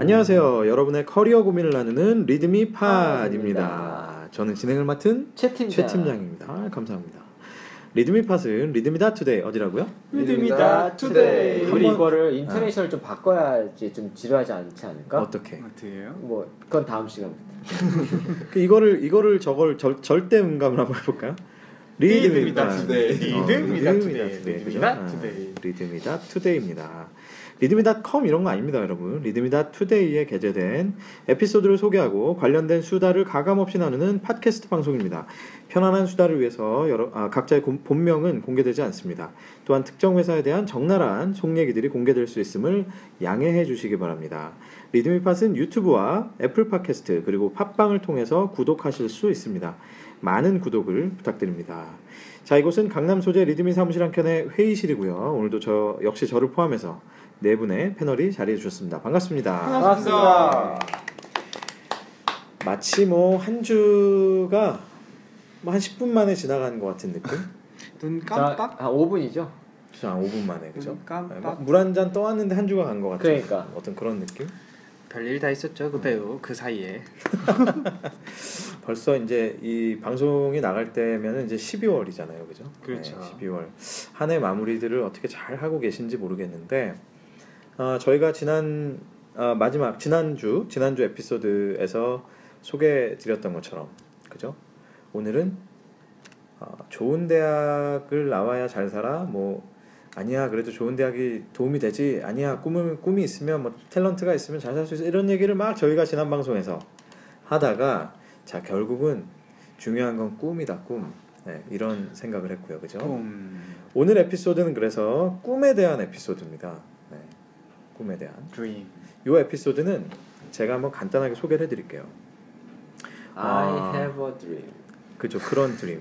안녕하세요. 여러분의 커리어 고민을 나누는 리드미 팟입니다. 팟입니다. 저는 진행을 맡은 아, 최 팀장. 최 팀장입니다. 감사합니다. 리드미 팟은 리드미다 투데이 어디라고요? 믿음이다 투데이. 우리 한번- 이거를 인터내셔널 좀 바꿔야지 좀 지루하지 않지 않을까? 어떻게? 어떻게 해요? 뭐 그건 다음 시간부터. 그 이거를 이거를 저걸 절, 절대 음감을 한번 해볼까요? 리듬이다 리듬이다. 투데이. 어, 리듬이다 투데이. 투데이. 그죠? 리듬이다 아, 투데이. 리듬이다 투데이입니다. 리듬이닷컴 이런 거 아닙니다, 여러분. 리듬이다 투데이에 게재된 에피소드를 소개하고 관련된 수다를 가감 없이 나누는 팟캐스트 방송입니다. 편안한 수다를 위해서 여러, 아, 각자의 곰- 본명은 공개되지 않습니다. 또한 특정 회사에 대한 적나라한 속 얘기들이 공개될 수 있음을 양해해 주시기 바랍니다. 리드미팟은 유튜브와 애플 팟캐스트 그리고 팟빵을 통해서 구독하실 수 있습니다. 많은 구독을 부탁드립니다. 자 이곳은 강남 소재 리드미 사무실 한켠의 회의실이고요. 오늘도 저 역시 저를 포함해서 네 분의 패널이 자리해 주셨습니다. 반갑습니다. 반갑습니다. 마치 뭐 한 주가 뭐 한 10분 만에 지나간 것 같은 느낌? 눈 자, 깜빡. 아 5분이죠. 그쵸, 한 5분 만에 그죠? 네, 뭐 음, 깜빡. 물한 잔 떠왔는데 한 주가 간 것 같아요. 그러니까. 어떤 그런 느낌? 별일 다 있었죠 그 배우 그 사이에 벌써 이제 이 방송이 나갈 때면은 이제 12월이잖아요, 그죠? 그렇죠. 12월 한 해 마무리들을 어떻게 잘 하고 계신지 모르겠는데 어, 저희가 지난 아, 마지막 지난주 지난주 에피소드에서 소개드렸던 것처럼 그죠? 오늘은 어, 좋은 대학을 나와야 잘 살아 뭐 아니야 그래도 좋은 대학이 도움이 되지 아니야 꿈을 꿈이 있으면 뭐 탤런트가 있으면 잘 살 수 있어 이런 얘기를 막 저희가 지난 방송에서 하다가 자 결국은 중요한 건 꿈이다 꿈 네, 이런 생각을 했고요 그죠? 음. 오늘 에피소드는 그래서 꿈에 대한 에피소드입니다. 네, 꿈에 대한. 드림. 이 에피소드는 제가 한번 간단하게 소개를 해드릴게요. 아. I have a dream. 그죠 그런 드림.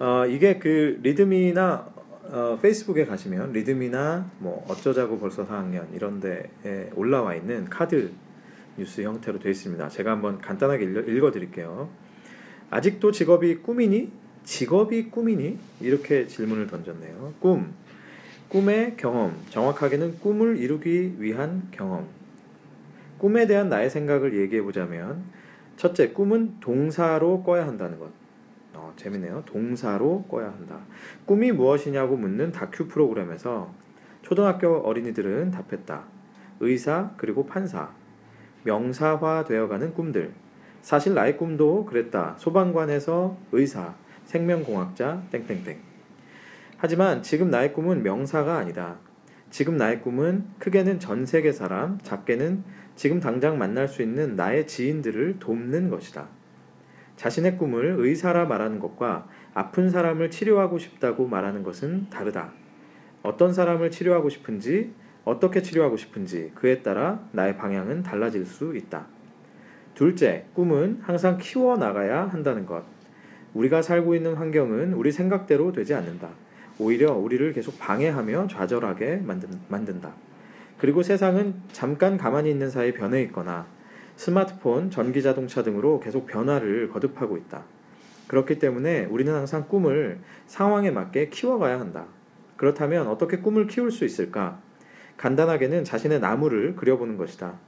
어, 이게 그 리듬이나 어, 페이스북에 가시면 리듬이나 뭐 어쩌자고 벌써 4학년 이런데에 올라와 있는 카드 뉴스 형태로 되어 있습니다. 제가 한번 간단하게 읽어, 드릴게요 아직도 직업이 꿈이니? 직업이 꿈이니? 이렇게 질문을 던졌네요. 꿈. 꿈의 경험. 정확하게는 꿈을 이루기 위한 경험. 꿈에 대한 나의 생각을 얘기해 보자면 첫째, 꿈은 동사로 꿔야 한다는 것. 어, 재밌네요. 동사로 꿔야 한다. 꿈이 무엇이냐고 묻는 다큐 프로그램에서 초등학교 어린이들은 답했다. 의사 그리고 판사. 명사화 되어가는 꿈들. 사실 나의 꿈도 그랬다. 소방관에서 의사, 생명공학자 땡땡땡. 하지만 지금 나의 꿈은 명사가 아니다. 지금 나의 꿈은 크게는 전 세계 사람, 작게는 지금 당장 만날 수 있는 나의 지인들을 돕는 것이다. 자신의 꿈을 의사라 말하는 것과 아픈 사람을 치료하고 싶다고 말하는 것은 다르다. 어떤 사람을 치료하고 싶은지, 어떻게 치료하고 싶은지 그에 따라 나의 방향은 달라질 수 있다. 둘째, 꿈은 항상 키워나가야 한다는 것. 우리가 살고 있는 환경은 우리 생각대로 되지 않는다. 오히려 우리를 계속 방해하며 좌절하게 만든, 만든다. 그리고 세상은 잠깐 가만히 있는 사이 변해 있거나 스마트폰, 전기 자동차 등으로 계속 변화를 거듭하고 있다. 그렇기 때문에 우리는 항상 꿈을 상황에 맞게 키워가야 한다. 그렇다면 어떻게 꿈을 키울 수 있을까? 간단하게는 자신의 나무를 그려보는 것이다.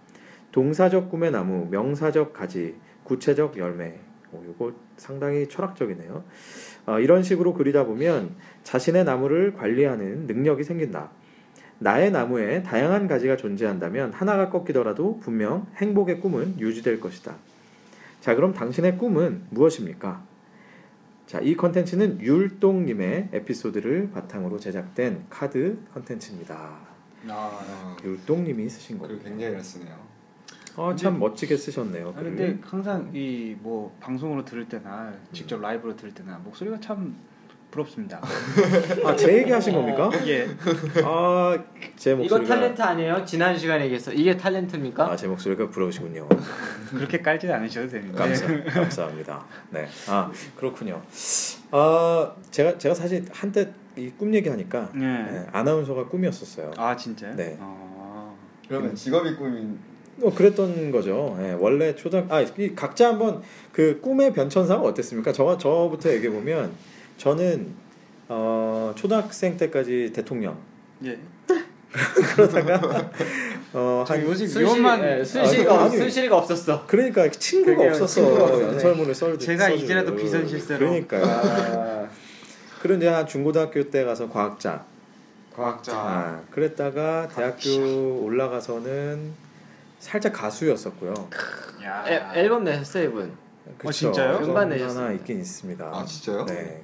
동사적 꿈의 나무, 명사적 가지, 구체적 열매. 오, 이거 상당히 철학적이네요. 어, 이런 식으로 그리다 보면 자신의 나무를 관리하는 능력이 생긴다. 나의 나무에 다양한 가지가 존재한다면 하나가 꺾이더라도 분명 행복의 꿈은 유지될 것이다. 자, 그럼 당신의 꿈은 무엇입니까? 자, 이 컨텐츠는 율동님의 에피소드를 바탕으로 제작된 카드 컨텐츠입니다. 아. 율동님이 쓰신 거고. 그리고 굉장히 잘 쓰네요. 아, 참 멋지게 쓰셨네요. 아, 근데 항상 이 뭐 방송으로 들을 때나 직접 라이브로 들을 때나 목소리가 참 부럽습니다 글을. 아, 제 얘기 하신 겁니까? 예 아, 제 목소리가 이거 탤런트 아니에요? 지난 시간에 얘기했어. 이게 탤런트입니까? 아, 제 목소리가 부러우시군요. 그렇게 깔진 않으셔도 됩니다 감사, 감사합니다. 네. 아, 그렇군요. 아, 제가 제가 사실 한때 이 꿈 얘기하니까 예. 네, 아나운서가 꿈이었었어요. 아 진짜요? 네. 아, 그러면 직업이 꿈인 어, 그랬던 거죠. 예, 원래 초등 아, 이 각자 한번 그 꿈의 변천사가 어땠습니까? 저 저부터 얘기해 보면 저는 어, 초등학생 때까지 대통령 예. 그러다가 어, 지금 한 요새 술실이- 위험한 예, 술실이가 아, 없- 아니. 술실이가 없었어. 그러니까 친구가 그러게요, 없었어 친구가 없었네. 연설문을 썰 제가 써주는. 이제라도 비선 실세로. 그러니까요 아, 그런 이제 한 중고등학교 때 가서 과학자 과학자. 아, 그랬다가 대학교 올라가서는 살짝 가수였었고요 야. 앨- 앨범 내 세븐. 그쵸? 진짜요? 그런 음반 건 하나 내셨습니다. 있긴 있습니다 아 진짜요? 네 왠지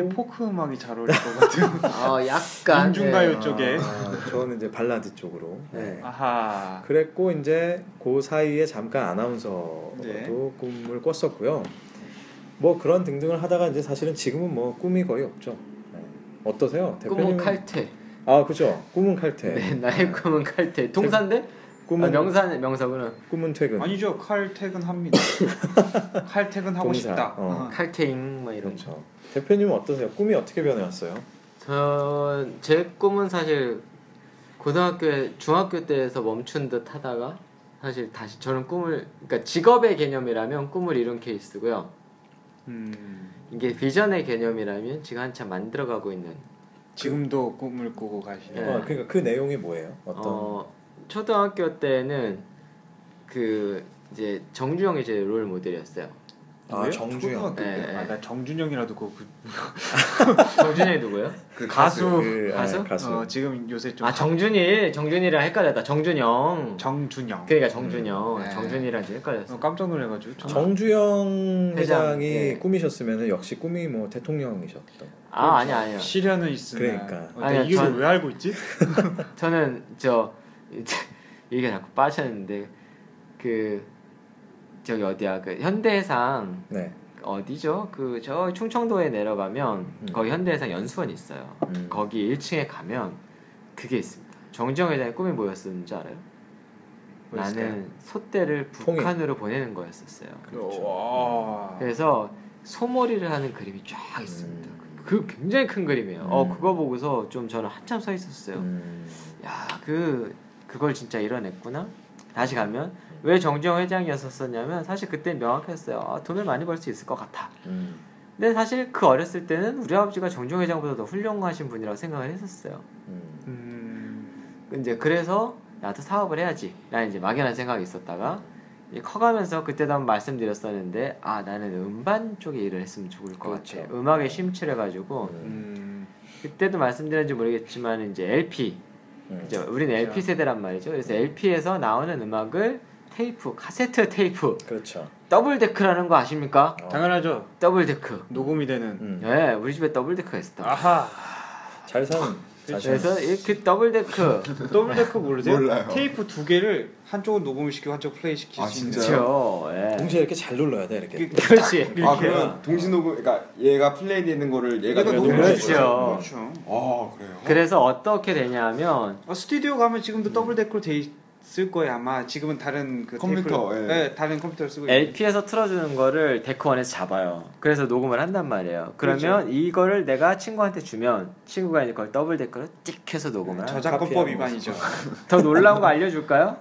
그리고 포크 음악이 잘 어울릴 것 같은. 아 약간 민중가요. 네. 쪽에. 아, 저는 이제 발라드 쪽으로 네. 아하. 그랬고 이제 그 사이에 잠깐 아나운서도 네. 꿈을 꿨었고요. 뭐 그런 등등을 하다가 이제 사실은 지금은 뭐 꿈이 거의 없죠. 네. 어떠세요, 대표님? 꿈은 칼퇴. 아 그죠. 꿈은 칼퇴. 네, 나의 꿈은 칼퇴. 동산대? 꿈은 아, 명산 명사구나. 꿈은 네. 퇴근. 아니죠. 칼 퇴근합니다. 칼 퇴근하고 동사, 싶다. 아. 어. 칼퇴잉 막 이런. 거. 그렇죠. 대표님은 어떠세요? 꿈이 어떻게 변해왔어요? 저제 꿈은 사실 고등학교에 중학교 때에서 멈춘 듯 하다가 사실 다시 저는 꿈을 그러니까 직업의 개념이라면 꿈을 이룬 케이스고요. 음. 이게 비전의 개념이라면 지금 한참 만들어가고 있는 지금도 꿈을 꾸고 가시네. 네. 어, 그러니까 그 내용이 뭐예요? 어떤? 어, 초등학교 때는 그 이제 정주영이 제 롤 모델이었어요. 아 왜요? 정주영. 예? 초등학교 때? 네. 아, 나 정준영이라도 그, 그 정준이 누구예요? 그 가수. 그, 아, 가수? 가수. 어, 지금 요새 좀 아 정준이 정준이랑 헷갈렸다. 정준영. 정준영. 그러니까 정준영, 음, 네. 정준이랑 이제 헷갈렸어. 어, 깜짝 놀래가지고. 정- 정주영 회장, 회장이 예. 꿈이셨으면 역시 꿈이 뭐 대통령이셨던. 아 아니 아니요. 시련은 있으나. 그러니까. 어, 나 아니야, 이게 전- 왜 알고 있지? 저는 저 이제 얘기가 자꾸 빠졌는데 그 저기 어디야 그 현대해상 네. 어디죠? 그 저 충청도에 내려가면 음. 거기 현대해상 연수원이 있어요. 음. 거기 1층에 가면 그게 있습니다. 정지영 회장의 꿈이 뭐였는지 알아요? 뭐였을까요? 나는 소떼를 통일. 북한으로 보내는 거였었어요. 그렇죠. 와. 그래서 소머리를 하는 그림이 쫙 있습니다. 음. 그 굉장히 큰 그림이에요. 어 음. 그거 보고서 좀 저는 한참 서 있었어요. 음. 야 그 그걸 진짜 이뤄냈구나. 다시 가면 왜 정지영 회장이었었냐면 사실 그때 명확했어요. 아, 돈을 많이 벌 수 있을 것 같아. 음. 근데 사실 그 어렸을 때는 우리 아버지가 정종 회장보다 더 훌륭하신 분이라고 생각을 했었어요. 음. 음. 이제 그래서 나도 사업을 해야지. 라는 이제 막연한 생각이 있었다가 이제 커가면서 그때도 한번 말씀드렸었는데 아 나는 음반 쪽에 일을 했으면 좋을 것 그렇죠. 같아. 음악에 심취해가지고 음. 그때도 말씀드렸는지 모르겠지만 이제 LP 음. 이제 우리는 LP 그렇죠. 세대란 말이죠. 그래서 LP에서 나오는 음악을 테이프, 카세트 테이프, 그렇죠. 더블 데크라는 거 아십니까? 어. 음. 당연하죠. 더블 데크. 녹음이 되는. 음. 예, 우리 집에 더블 데크가 있었다. 아하. 잘 사는 자신. 아, 그래서 이그 더블 데크 더블 데크 모르세요? 몰라요. 테이프 두 개를 한쪽은 녹음을 시키고 한쪽 플레이 시킬 아, 수 있는. 진짜요? 그렇죠. 예. 동시에 이렇게 잘 눌러야 돼 이렇게. 이게- 그렇죠. 그렇지. 아 그러면 동시 녹음, 그러니까 얘가 플레이 되는 거를 얘가 얘가 녹음을 녹음을 해줘요? 했죠. 그렇죠. 아 그래요? 그래서 어떻게 되냐면 아, 스튜디오 가면 지금도 더블 데크로 돼 있을 거예요 아마. 지금은 다른 그 컴퓨터, 테이프를- 예. 네, 다른 컴퓨터를 쓰고 있어요. LP에서 틀어주는 거를 데크원에서 잡아요. 그래서 녹음을 한단 말이에요. 그러면 이거를 내가 친구한테 주면 친구가 이제 그걸 더블 데크로 찍 해서 녹음을 네, 하는 저작권법 카피하는 위반이죠. 더 놀라운 거 알려줄까요?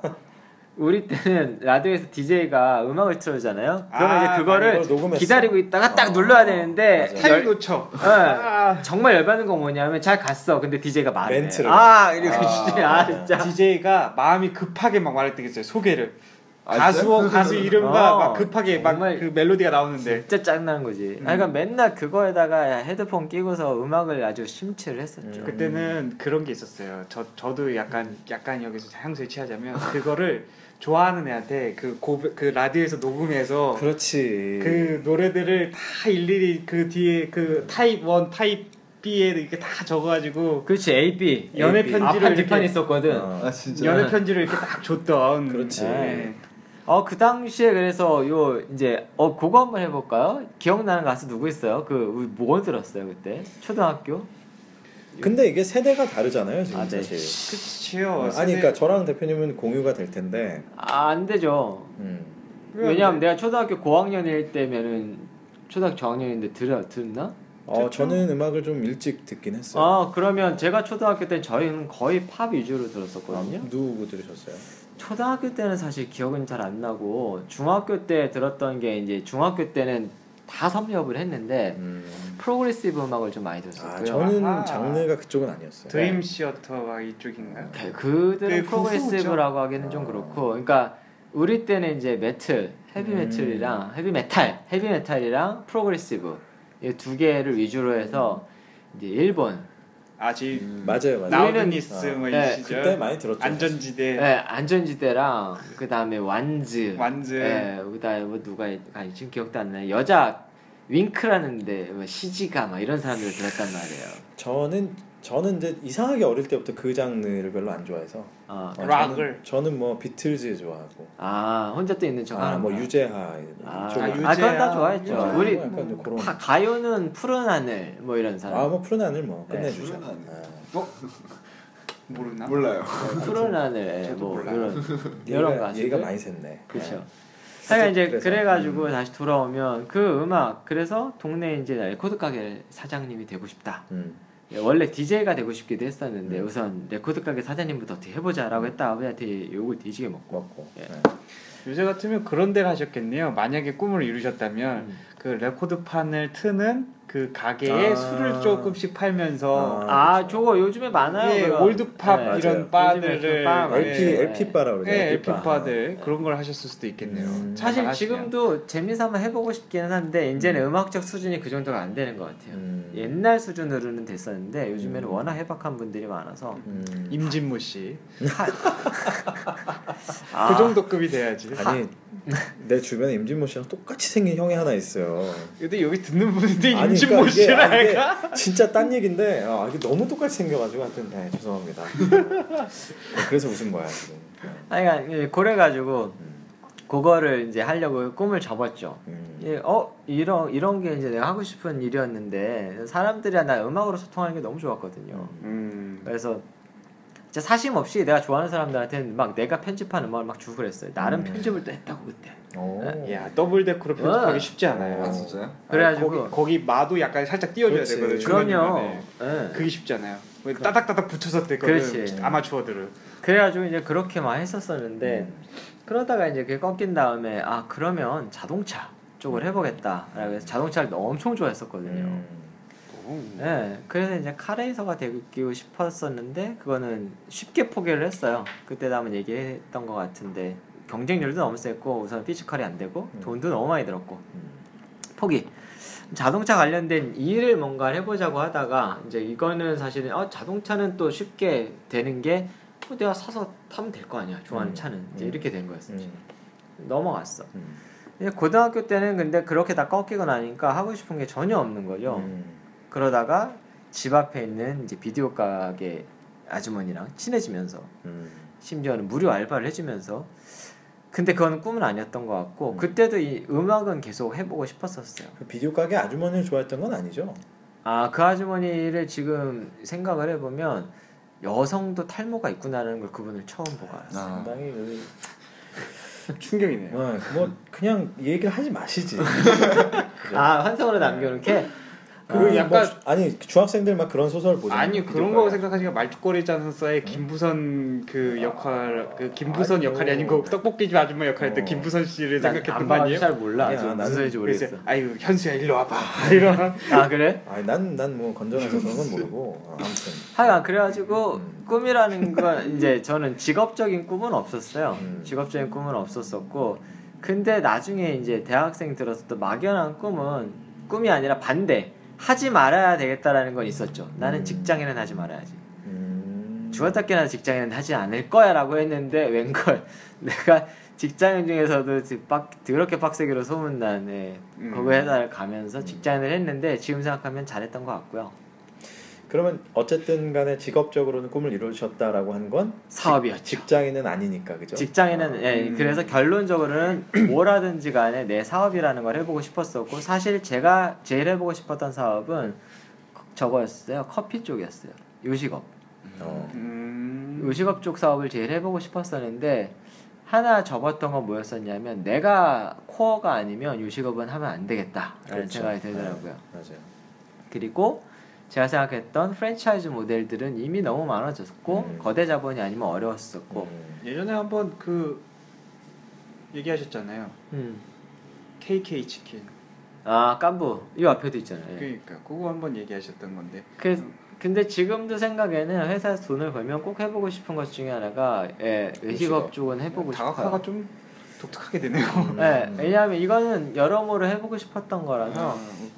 우리 때는 라디오에서 DJ가 음악을 틀어주잖아요. 그러면 아, 이제 그거를 이걸 녹음했어. 기다리고 있다가 딱 어, 눌러야 되는데 맞아. 타이밍 열, 놓쳐. 예, 아. 정말 열받는 건 뭐냐면 잘 갔어. 근데 DJ가 말해. 멘트를. 아 이거 아, 진짜 아, 진짜. DJ가 마음이 급하게 막 말했겠어요 소개를 아, 가수 진짜요? 가수 이름과 어, 막 급하게 막 정말. 그 멜로디가 나오는데 진짜 짱난 거지. 음. 아, 그러니까 맨날 그거에다가 헤드폰 끼고서 음악을 아주 심취를 했었죠. 음. 그때는 그런 게 있었어요. 저 저도 약간 약간 여기서 향수에 취하자면 그거를 좋아하는 애한테 그 고백 그 라디오에서 녹음해서 그렇지. 그 노래들을 다 일일이 그 뒤에 그 타입 1, 타입 B에 이렇게 다 적어가지고 그렇지 AB 연애 AB. 편지를 앞판 이렇게- 뒷판 있었거든. 어. 어. 아 진짜. 연애 편지를 이렇게 딱 줬던 그렇지. 네. 그 당시에 그래서 요 이제 어 그거 한번 해볼까요? 기억나는 가수 누구 있어요? 그 우리 뭐 들었어요 그때 초등학교? 근데 이게 세대가 다르잖아요 지금 아, 네. 어, 사실. 그치요. 아니 그러니까 저랑 대표님은 공유가 될 텐데. 아, 안 되죠. 음. 왜냐면 내가 초등학교 고학년일 때면은 초등학교 저학년인데 들어 들었나? 어 저는 음악을 좀 일찍 듣긴 했어요. 음, 아 그러면 제가 초등학교 때 저희는 거의 팝 위주로 아, 들었었거든요. 누구 들으셨어요? 아. 초등학교 때는 사실 기억은 잘 안 나고 중학교 때 들었던 게 이제 중학교 때는 다 섭렵을 했는데 음. 프로그레시브 음악을 좀 많이 들었었고요. 아, 저는 아하. 장르가 그쪽은 아니었어요. 드림 시어터 막 이쪽인가요? 그- 그들은 그 프로그레시브라고 하기는 좀 아. 그렇고, 그러니까 우리 때는 이제 메틀, 헤비 음. 메틀이랑 헤비 메탈, 헤비 메탈이랑 프로그레시브 이 두 개를 위주로 해서 이제 일본, 아직 음. 맞아요, 맞아요. 나우드니스 아, 뭐 네, 이 시절 그때 그렇죠. 많이 들었죠. 네. 안전지대 예, 안전지대랑 그 다음에 완즈, 네. 완즈 예, 그다음에 뭐 누가 아니 지금 기억도 안 나요. 여자 윙크라는데 뭐 시지가 막 이런 사람들 들었단 말이에요. 저는 저는 이제 이상하게 어릴 때부터 그 장르를 별로 안 좋아해서 어, 어, 락을. 저는, 저는 뭐 비틀즈 좋아하고 아 혼자 또 있는 척하는 아뭐 거. 유재하 이쪽 아, 아, 아, 유재하. 아, 그건 다 좋아했죠. 유재하 우리 뭐 약간 좀 그런 다 가요는 푸른 하늘 뭐 이런 사람. 아뭐 푸른 하늘 뭐 끝내주죠. 푸른 하늘. 아, 모르나? 몰라요. 푸른 하늘 예, 저도 뭐 몰라요. 이런 이런 얘가, 가수들. 얘가 많이 샜네. 그렇죠. 하여튼 하여간 이제 그래서, 그래가지고 다시 돌아오면 그 음악 그래서 동네 이제 레코드 가게 사장님이 되고 싶다. 음. 예, 원래 DJ가 되고 싶기도 했었는데 음. 우선 레코드 가게 사장님부터 어떻게 해보자라고 했다 아버지한테 욕을 뒤지게 먹고. 먹고. 예. 네. 요새 같으면 그런 데 가셨겠네요. 만약에 꿈을 이루셨다면 음. 그 레코드판을 트는 그 가게에 아. 술을 조금씩 팔면서 아, 그렇죠. 저거 요즘에 많아요. 예, 그런. 올드팝 네, 맞아요. 이런 바들을 요즘에 그 LP 네. LP 바라 그러죠. 예, LP 바. 바들 그런 걸 하셨을 수도 있겠네요. 네. 음. 사실 잘하시면. 지금도 재미삼아 해보고 싶기는 한데 이제는 음. 악적 수준이 그 정도가 안 되는 것 같아요. 음. 옛날 수준으로는 됐었는데 요즘에는 음. 워낙 해박한 분들이 많아서 음. 임진모 씨. 아, 그 정도 급이 돼야지. 아니 내 주변에 임진모 씨랑 똑같이 생긴 형이 하나 있어요. 근데 여기 듣는 분들이 아니, 임진모 그러니까 이게- 아니, 이게- 씨랄까? 진짜 딴 얘긴데 아, 이게 너무 똑같이 생겨가지고 하여튼 네, 죄송합니다. 네, 그래서 웃은 거야 지금. 아니 그러니까 그래가지고 음, 그거를 이제 하려고 꿈을 접었죠. 음. 예, 어 이런 이런 게 이제 내가 하고 싶은 일이었는데 사람들이랑 나 음악으로 소통하는 게 너무 좋았거든요. 음. 그래서 진짜 사심 없이 내가 좋아하는 사람들한테는 막 내가 편집한 음악을 막 주고 그랬어요. 나름 음. 편집을 또 했다고 그때. 오. 야 더블 데크로 어. 편집하기 쉽지 않아요. 아 진짜요? 그래가지고 거기, 거기 마도 약간 살짝 띄워줘야 그렇지. 되거든. 그럼요. 중간중간에. 예. 그게 쉽잖아요. 왜 따닥따닥 붙여서 그렇지. 됐거든. 아마추어들은. 그래가지고 이제 그렇게 많이 네. 음. 했었었는데 그러다가 이제 그게 꺾인 다음에 아 그러면 자동차 쪽을 해보겠다라고 해서 자동차를 너무 엄청 네. 좋아했었거든요. 음. 오. 예, 그래서 이제 카레이서가 되고 싶었었는데 그거는 쉽게 포기를 했어요. 그때도 한번 얘기했던 것 같은데 경쟁률도 너무 셌고 우선 피지컬이 안 되고 음. 돈도 너무 많이 들었고 음. 포기. 자동차 관련된 일을 뭔가 해보자고 하다가 이제 이거는 사실은 어, 자동차는 또 쉽게 되는 게 어, 내가 사서 타면 될 거 아니야 좋아하는 음. 차는 이제 음. 이렇게 된 거였어. 요 음. 넘어갔어. 음. 이제 예, 고등학교 때는 근데 그렇게 다 꺾이고 나니까 하고 싶은 게 전혀 없는 거죠. 음. 그러다가 집 앞에 있는 이제 비디오 가게 아주머니랑 친해지면서 음. 심지어는 무료 알바를 해주면서 근데 그건 꿈은 아니었던 것 같고 음. 그때도 이 음악은 계속 해보고 싶었었어요. 그 비디오 가게 아주머니를 좋아했던 건 아니죠? 아 그 아주머니를 지금 생각을 해보면 여성도 탈모가 있구나라는 걸 그분을 처음 보고 알았어요. 아. 상당히 그- 충격이네요. 어, 뭐 그냥 얘기를 하지 마시지. 아 환상으로 남겨놓게 그리고 아, 뭐 약간- 주- 아니 중학생들 막 그런 소설 보잖아. 아니 그런 거 생각하니까 어. 말죽거리잖아서의 김부선 그 아. 역할 그 김부선 아니요. 역할이 아니고 떡볶이집 아줌마 역할이었던 어. 김부선 씨를 난안 생각했던 거 봐가지고 아니에요? 잘 몰라. 아니야, 무슨 나는 소리인지 모르겠어. 아유 현수야 일로 와봐 이런 아 그래? 아니 난난 뭐 건전해서 그런 건 모르고 어, 아무튼. 하여간 그래가지고 음. 꿈이라는 건 이제 저는 직업적인 꿈은 없었어요. 음. 직업적인 꿈은 없었었고 근데 나중에 이제 대학생 들었었던 막연한 꿈은 꿈이 아니라 반대 하지 말아야 되겠다라는 건 있었죠. 나는 음. 직장인은 하지 말아야지. 음. 죽었다 깨나 직장인은 하지 않을 거야라고 했는데 웬걸 내가 직장인 중에서도 지- 빡 그렇게 빡세기로 소문난 예, 음. 그 회사를 가면서 직장인을 했는데 지금 생각하면 잘했던 것 같고요. 그러면 어쨌든 간에 직업적으로는 꿈을 이루셨다라고 한 건 사업이었죠. 직장인은 아니니까 그죠? 그렇죠. 직장인은 예, 음. 그래서 결론적으로는 뭐라든지 간에 내 사업이라는 걸 해보고 싶었었고 사실 제가 제일 해보고 싶었던 사업은 그- 저거였어요 커피 쪽이었어요 요식업 어. 음... 요식업 쪽 사업을 제일 해보고 싶었었는데 하나 접었던 건 뭐였었냐면 내가 코어가 아니면 요식업은 하면 안 되겠다라는 그렇죠. 네, 생각이 들더라고요 맞아요. 그리고 제가 생각했던 프랜차이즈 모델들은 이미 너무 많아졌고 음. 거대 자본이 아니면 어려웠었고 음. 예전에 한번 그 얘기하셨잖아요 음. KK 치킨 아 깐부 이 앞에도 있잖아요. 예. 그러니까 그거 한번 얘기하셨던 건데 그 근데 지금도 생각에는 회사에서 돈을 벌면 꼭 해보고 싶은 것 중에 하나가 예, 그렇죠. 외식업 쪽은 해보고 싶어요. 다각화가 좀 독특하게 되네요. 음. 네, 왜냐하면 이거는 여러모로 해보고 싶었던 거라서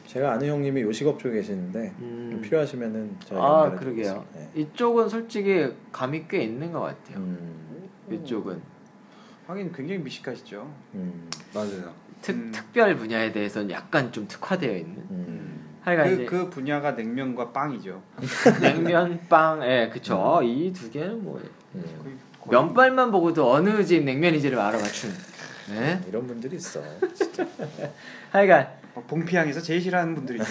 제가 아는 형님이 요식업 쪽에 계시는데 음, 음. 좀 필요하시면은 저희가 아 연결해 그러게요. 드리겠습니다. 네. 이쪽은 솔직히 감이 꽤 있는 것 같아요. 음, 이쪽은 하긴 굉장히 미식가시죠. 음, 맞아요. 특 음. 특별 분야에 대해서는 약간 좀 특화되어 있는. 음. 하여간 그, 이제 그 분야가 냉면과 빵이죠. 그 냉면, 빵, 예, 그쵸. 이 두 개는 뭐 음. 거의- 거의- 면발만 보고도 어느 집 냉면인지를 알아 맞춘. 네. 이런 분들이 있어. 하여간 막 봉피향에서 제일 싫어하는 분들이죠.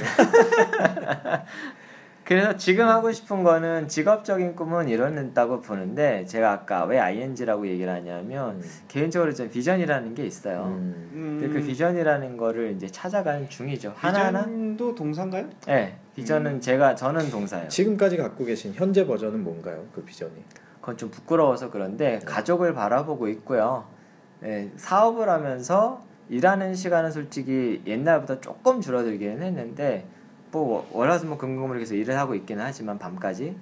그래서 지금 하고 싶은 거는 직업적인 꿈은 이런다고 보는데 제가 아까 왜 ING라고 얘기를 하냐면 음. 개인적으로 좀 비전이라는 게 있어요. 음. 근데 그 비전이라는 거를 이제 찾아가는 중이죠. 하나하나. 비전도 동사인가요? 예. 비전은 제가 저는 동사예요. 지금까지 갖고 계신 현재 버전은 뭔가요? 그 비전이. 그건 좀 부끄러워서 그런데 가족을 바라보고 있고요. 예, 사업을 하면서 일하는 시간은 솔직히 옛날보다 조금 줄어들기는 했는데 뭐 월화수목 금금으로 계속 일을 하고 있기는 하지만 밤까지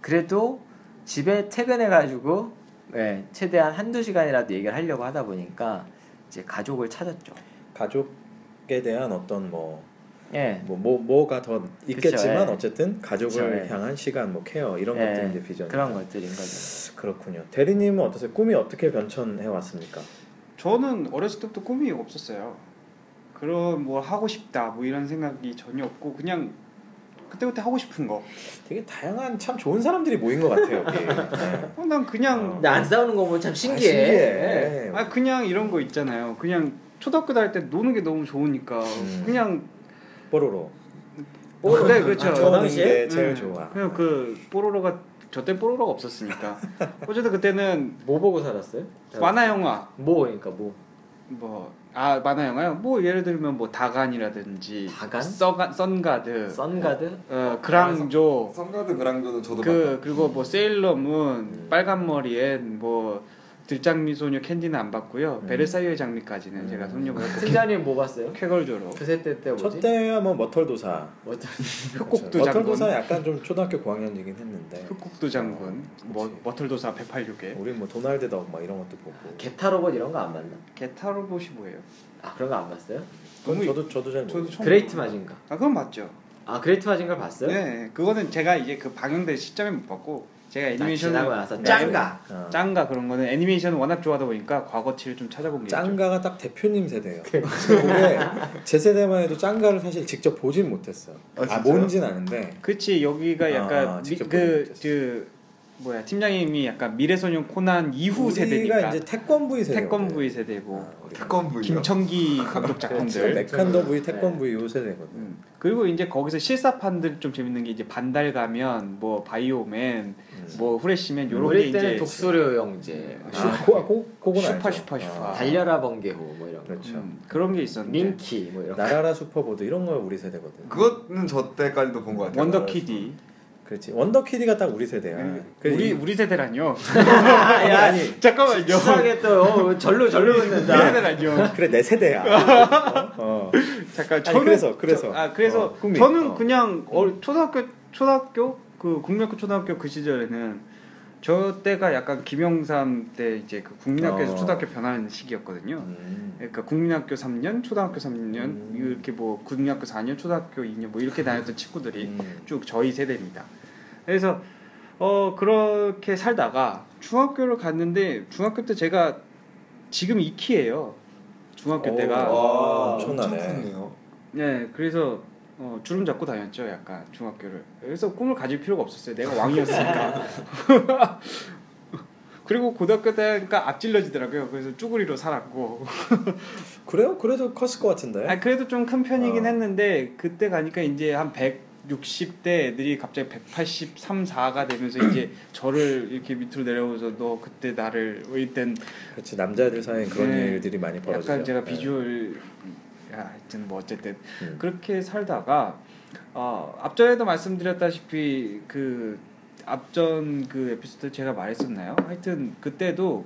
그래도 집에 퇴근해 가지고 예, 최대한 한두 시간이라도 얘기를 하려고 하다 보니까 이제 가족을 찾았죠. 가족에 대한 어떤 뭐 예. 뭐, 뭐 뭐가 더 있겠지만 예. 어쨌든 가족을 그쵸, 예. 향한 시간, 뭐 케어 이런 예, 것들이 이제 비전. 그런 것들인 거죠. 그렇군요. 대리님은 어떠세요? 꿈이 어떻게 변천해 왔습니까? 저는 어렸을 때부터 꿈이 없었어요. 그런 뭐 하고 싶다 뭐 이런 생각이 전혀 없고 그냥 그때그때 하고 싶은 거. 되게 다양한 참 좋은 사람들이 모인 것 같아요. 여기. 네. 어, 난 그냥 근데 안 싸우는 거 보면 참 예. 아, 신기해. 아 그냥 이런 거 있잖아요. 그냥 초등학교 다닐 때 노는 게 너무 좋으니까 음. 그냥 뽀로로. 네 그렇죠. 아, 저는 저 당시에? 게 제일 음. 좋아. 그냥 그 뽀로로가 저때 뽀로로가 없었으니까 어쨌든 그때는 뭐 보고 살았어요? 만화 영화 뭐 그러니까 뭐 뭐 아 만화 영화요? 뭐 예를 들면 뭐 다간이라든지 다간? 써가, 네. 선가드 선가드? 어, 그랑조 성가드 그랑도는 저도 그 그리고 뭐 세일러문 음. 빨간 머리엔 뭐 들장미 소녀 캔디는 안 봤고요 음. 베르사유의 장미까지는 음. 제가 손녀보다 승자님 뭐 봤어요? 쾌걸조로 그새 때때 첫 뭐지? 때야 뭐 머털도사. 어떤 흑국도 장군 머털도사 약간 좀 초등학교 고학년이긴 했는데. 흑국도 장군 그치. 뭐 머털도사 108요괴 우린 뭐 도날드 덕막 이런 것도 보고. 게타 로봇 이런 거 안 봤나? 게타로봇이 뭐예요? 아 그런 거 안 봤어요? 그건 너무 저도 저도 잘 저도 모르. 처음 그레이트 봤어요. 마징가. 아 그건 맞죠 아 그레이트 마징가 봤어요? 네 그거는 제가 이제 그 방영된 시점에 못 봤고 제가 나 지나고 애니메이션을 나서 네. 짱가. 어. 짱가 그런 거는 애니메이션을 워낙 좋아하다 보니까 과거치를 좀 찾아본 게 있죠. 그렇죠. 짱가가 딱 대표님 세대예요. 근데 제 세대만 해도 짱가를 사실 직접 보진 못했어요. 아, 아 진짜요? 뭔진 아는데. 그치 여기가 약간 아, 미, 직접 그, 보지 그 뭐야 팀장님이 약간 미래소년 코난 이후 우리가 세대니까 이제 태권브이 세대. 아, 태권브이 세대고 태권부 김청기 지금 네. 감독 작품들 네. 맥칸더브이 태권브이 요 세대거든. 음. 그리고 이제 거기서 실사판들 좀 재밌는 게 이제 반달 가면 뭐 바이오맨 음. 뭐 후레쉬맨 요런 게 우리 때는 이제 음, 독수리 형제, 아, 고, 아, 고, 그건 슈퍼, 알죠. 슈퍼, 슈퍼. 아, 달려라 번개호 뭐 이런 거, 그렇죠. 음, 그런 게 있었는데 민키 뭐 이런 거. 나라라 슈퍼보드 이런 거 우리 세대거든. 그것은 저 때까지도 본 것 같아요. 원더키디 그렇지. 원더키디가 딱 우리 세대야. 그 음. 우리 이- 우리 세대라뇨 아니, 아니. 잠깐만요 이상하게 또 어, 절로 절로 우리 붙는다. 세대라뇨 그래 내 세대야. 어, 어. 잠깐 아니, 그래서, 그래서. 저, 아 그래서 어, 꿈이. 저는 어. 그냥 어, 초등학교 초등학교 그 국민학교 초등학교 그 시절에는 저 때가 약간 김영삼 때 이제 그 국민학교에서 어. 초등학교 변하는 시기였거든요. 음. 그러니까 국민학교 3년, 초등학교 3년, 음. 아. 이렇게 뭐 국민학교 4년, 초등학교 2년 뭐 이렇게 다녔던 친구들이 음. 쭉 저희 세대입니다. 그래서 어 그렇게 살다가 중학교를 갔는데 중학교 때 제가 지금 2키예요. 중학교 오, 아. 때가 와, 아, 엄청 엄청나네. 컸네요. 네, 그래서 어, 주름 잡고 다녔죠, 약간 중학교를. 그래서 꿈을 가질 필요가 없었어요. 내가 왕이었으니까. 그리고 고등학교 때니까 앞질러지더라고요. 그래서 쭈구리로 살았고. 그래요? 그래도 컸을 것 같은데. 아, 그래도 좀 큰 편이긴 어. 했는데 그때 가니까 이제 한 160대 애들이 갑자기 183, 4가 되면서 이제 저를 이렇게 밑으로 내려오면서 너 그때 나를 이땐 그렇지 남자들 사이엔 그런 네. 일들이 많이 벌어지죠. 약간 제가 네. 비주얼 야, 하여튼 뭐 어쨌든 음. 그렇게 살다가 어, 앞전에도 말씀드렸다시피 그 앞전 그 에피소드 제가 말했었나요? 하여튼 그때도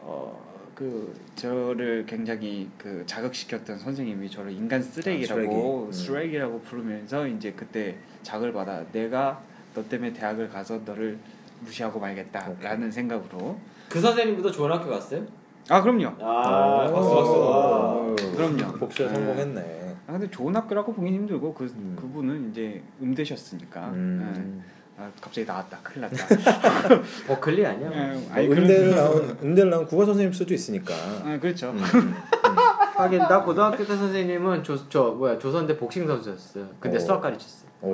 어, 그 저를 굉장히 그 자극시켰던 선생님이 저를 인간 쓰레기라고 아, 쓰레기. 음. 쓰레기. 라고 부르면서 이제 그때 자극을 받아 내가 너 때문에 대학을 가서 너를 무시하고 말겠다라는 생각으로 그 선생님도 좋은 학교 갔어요? 아 그럼요 아 오. 봤어 봤어. 그럼요 복수에 네. 성공했네. 아 근데 좋은 학교라고 보긴 힘들고 그 음. 그분은 이제 음대셨으니까 네. 음. 아, 갑자기 나왔다 큰일 났다 버클리 아니야? 네, 뭐 아니, 그런- 음대를 나온 음대를 나온 국어 선생님 수도 있으니까. 아 그렇죠 음. 하긴 나 고등학교 때 선생님은 조, 저 뭐야 조선대 복싱 선수였어요. 근데 오. 수학 가르쳤어. 요 오,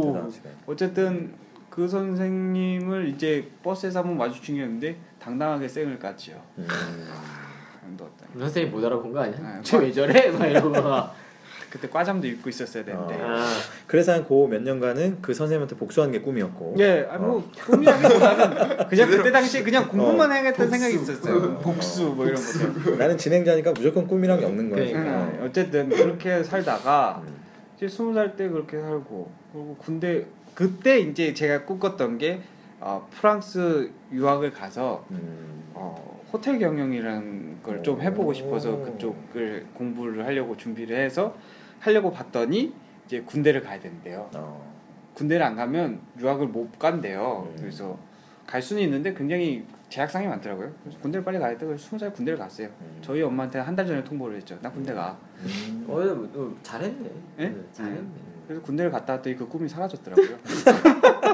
오. 대단하시네. 어쨌든 그 선생님을 이제 버스에서 한번 마주친 게 있는데 당당하게 쌩을 깠지요. 음. 넣었다. 선생님 못 알아본 거 아니야? 아, 저왜 저래? 막 이러고 막. 그때 과잠도 입고 있었어야 되는데. 어. 아, 그래서 한 고 몇 년간은 그 선생님한테 복수하는 게 꿈이었고. 예, 아니 뭐 꿈이라기보다는 그냥 그때 당시에 그냥 공부만 해야겠다는 생각이 있었어요. 어. 복수 뭐 이런 거. 나는 진행자니까 무조건 꿈이란 게 없는 거야. 그러니까. 어. 응, 네, 어쨌든 그렇게 살다가 음. 이제 스무 살 때 그렇게 살고 그리고 군대 그때 이제 제가 꿈꿨던 게 어, 프랑스 유학을 가서 음. 어, 호텔 경영이라는 걸 좀 해보고 싶어서 오. 그쪽을 공부를 하려고 준비를 해서 하려고 봤더니 이제 군대를 가야 된대요. 어. 군대를 안 가면 유학을 못 간대요. 음. 그래서 갈 수는 있는데 굉장히 제약상이 많더라고요. 그래서 군대를 빨리 가야 되고 스무 살 군대를 갔어요. 음. 저희 엄마한테 한 달 전에 통보를 했죠. 나 군대 가. 음. 어, 어, 잘했네. 예? 네, 잘했네. 그래서 군대를 갔다 왔더니 그 꿈이 사라졌더라고요.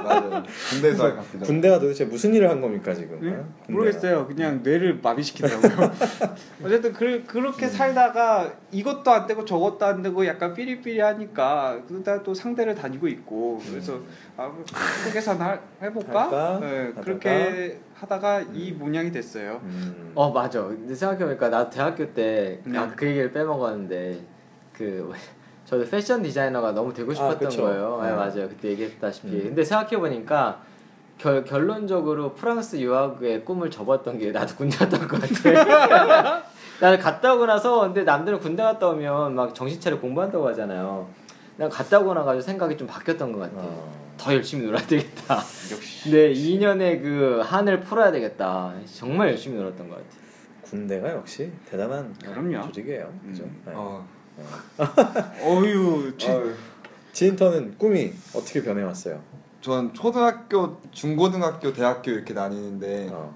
맞아요. 군대에서 갔던 군대가 도대체 무슨 일을 한 겁니까 지금? 네? 어? 군대가. 모르겠어요. 그냥 뇌를 마비시키더라고요. 어쨌든 그, 그렇게 살다가 이것도 안 되고 저것도 안 되고 약간 삐리삐리 하니까 그러다 또 상대를 다니고 있고 그래서 아, 뭐 계산 할- 할까? 해볼까? 네, 그렇게 하다가 이 모양이 됐어요. 음. 어 맞아. 근데 생각해보니까 나 대학교 때그 네. 얘기를 빼먹었는데 그 저도 패션 디자이너가 너무 되고 아, 싶었던 그쵸. 거예요. 네, 음. 맞아요. 그때 얘기했다시피. 음. 근데 생각해보니까 결, 결론적으로 프랑스 유학의 꿈을 접었던 게 나도 군대였던 것 같아. 나 갔다 오고 나서 근데 남들은 군대 갔다 오면 막 정신 차려 공부한다고 하잖아요. 난 갔다 오고 나가지고 생각이 좀 바뀌었던 것 같아. 어. 더 열심히 놀아야 되겠다. 역시 네, 2년의 그 한을 풀어야 되겠다. 정말 열심히 놀았던 것 같아. 군대가 역시 대단한 그럼요. 조직이에요. 그죠? 음. 네. 어. 아, 어휴 제- 어휴. 지인턴은 꿈이 어떻게 변해왔어요? 전 초등학교, 중고등학교, 대학교 이렇게 네. 다니는데 어.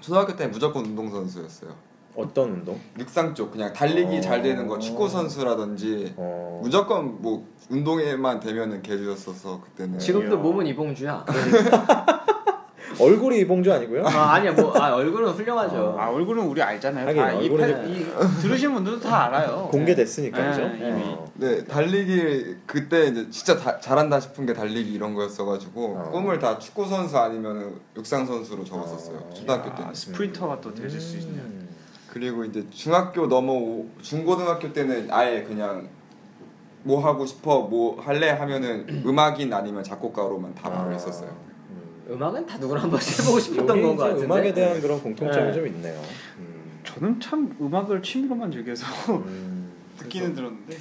초등학교 때 무조건 운동선수였어요. 어떤 운동? 육상 쪽 그냥 달리기 어. 잘 되는 거 축구 선수라든지 어. 무조건 뭐 운동에만 되면은 개주였어서 그때는 지금도 이야. 몸은 이봉주야. 얼굴이 이봉주 아니고요? 아, 아니야 뭐 아, 얼굴은 훌륭하죠. 아 얼굴은 우리 알잖아요. 하긴 다 이 얼굴은- 패- 이- 들으신 분들은 다 알아요. 공개됐으니까 그죠? 네, 이미. 어. 네 달리기 그때 이제 진짜 다- 잘한다 싶은 게 달리기 이런 거였어가지고 어. 꿈을 다 축구 선수 아니면은 육상 선수로 적었었어요 어. 초등학교 아, 때는 스프린터가 또 되실 수 있냐? 음. 그리고 이제 중학교 넘어 중고등학교 때는 아예 그냥 뭐 하고 싶어 뭐 할래 하면은 음악인 아니면 작곡가로만 답을 아. 했었어요 음. 음악은 다 누구나 한번 해보고 싶었던 여기 건 이제 것 같은데. 뭐 음악에 대한 그런 공통점이 네. 좀 있네요. 음. 저는 참 음악을 취미로만 즐겨서 음. 듣기는 들었는데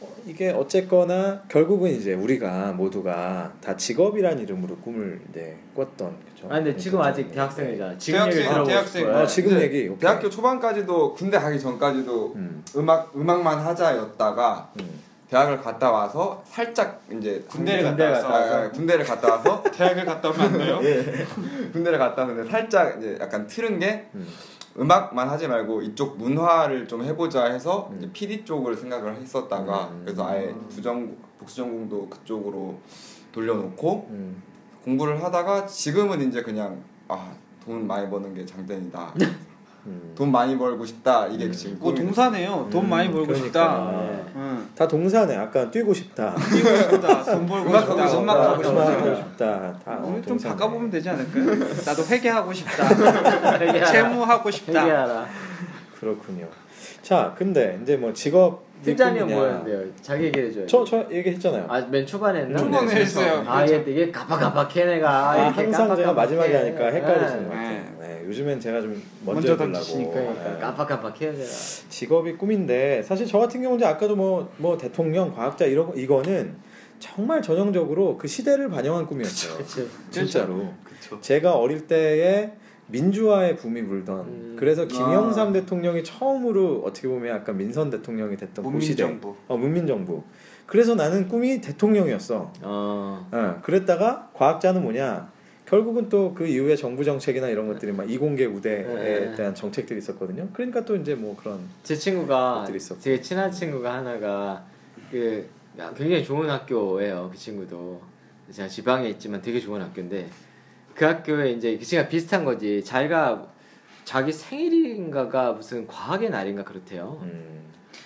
어, 이게 어쨌거나 결국은 이제 우리가 모두가 다 직업이란 이름으로 꿈을 이제 꿨던 그죠? 아니 근데 지금 아직 대학생이잖아. 지금 얘기 대학생, 들어보고 대학생. 싶어요. 아, 지금 이제 얘기 오케이. 대학교 초반까지도 군대 가기 전까지도 음. 음악 음악만 하자였다가 음. 대학을 갔다 와서 살짝 이제 군대를 군대- 갔다 와서. 아, 아, 군대를 갔다 와서 대학을 갔다 오면 안 돼요? 군대를 갔다 왔는데 살짝 이제 약간 틀은 게 음. 음악만 하지 말고 이쪽 문화를 좀 해보자 해서 음. 이제 PD 쪽을 생각을 했었다가 음. 그래서 아예 부전 복수전공도 그쪽으로 돌려놓고 음. 공부를 하다가 지금은 이제 그냥 아 돈 많이 버는 게 장땡이다 음. 돈 많이 벌고 싶다 이게 음. 지금 뭐 꿈이 동사네요. 돈 많이 벌고 그러니까. 싶다. 응. 다 동사네. 아까 뛰고 싶다. 뛰고 싶다. 돈 벌고 아, 음악 싶다. 하고 음악 싶다. 하고 음악 하고 싶다. 싶다. 다 우리 어, 좀 동사네. 바꿔보면 되지 않을까요? 나도 회계하고 싶다. 회계하라. 채무하고 싶다. 회계하라. 그렇군요. 자, 근데 이제 뭐 직업 팀장님 뭐였는데요? 자기 얘기해줘요. 저저 얘기했잖아요. 아맨 초반에 했나? 초반에 했어요. 아 이게 이게 까박까박 해내가. 그렇죠. 아, 항상 제가 마지막에 하니까 헷갈리시는 것 네. 같아요. 네, 요즘엔 제가 좀 먼저 먼저 해보려고. 던지시니까 그러니까 네. 깜빡깜빡 해야 되나. 직업이 꿈인데 사실 저 같은 경우는 이제 아까도 뭐 뭐 대통령, 과학자 이런 거- 이거는 정말 전형적으로 그 시대를 반영한 꿈이었어요. 그치. 진짜로. 제가 어릴 때에 민주화의 붐이 불던 음. 그래서 김영삼 아. 대통령이 처음으로 어떻게 보면 약간 민선 대통령이 됐던 그 시대. 문민정부. 어, 문민정부. 그래서 나는 꿈이 대통령이었어. 어. 어, 그랬다가 과학자는 뭐냐? 결국은 또 그 이후에 정부 정책이나 이런 것들이 막 이공계 우대에 네. 대한 정책들이 있었거든요. 그러니까 또 이제 뭐 그런 제 친구가 것들이 있었고. 되게 친한 친구가 하나가 그 야, 굉장히 좋은 학교예요. 그 친구도 제가 지방에 있지만 되게 좋은 학교인데 그 학교에 이제 그 친구가 비슷한 거지. 자기가 자기 생일인가가 무슨 과학의 날인가 그렇대요. 음,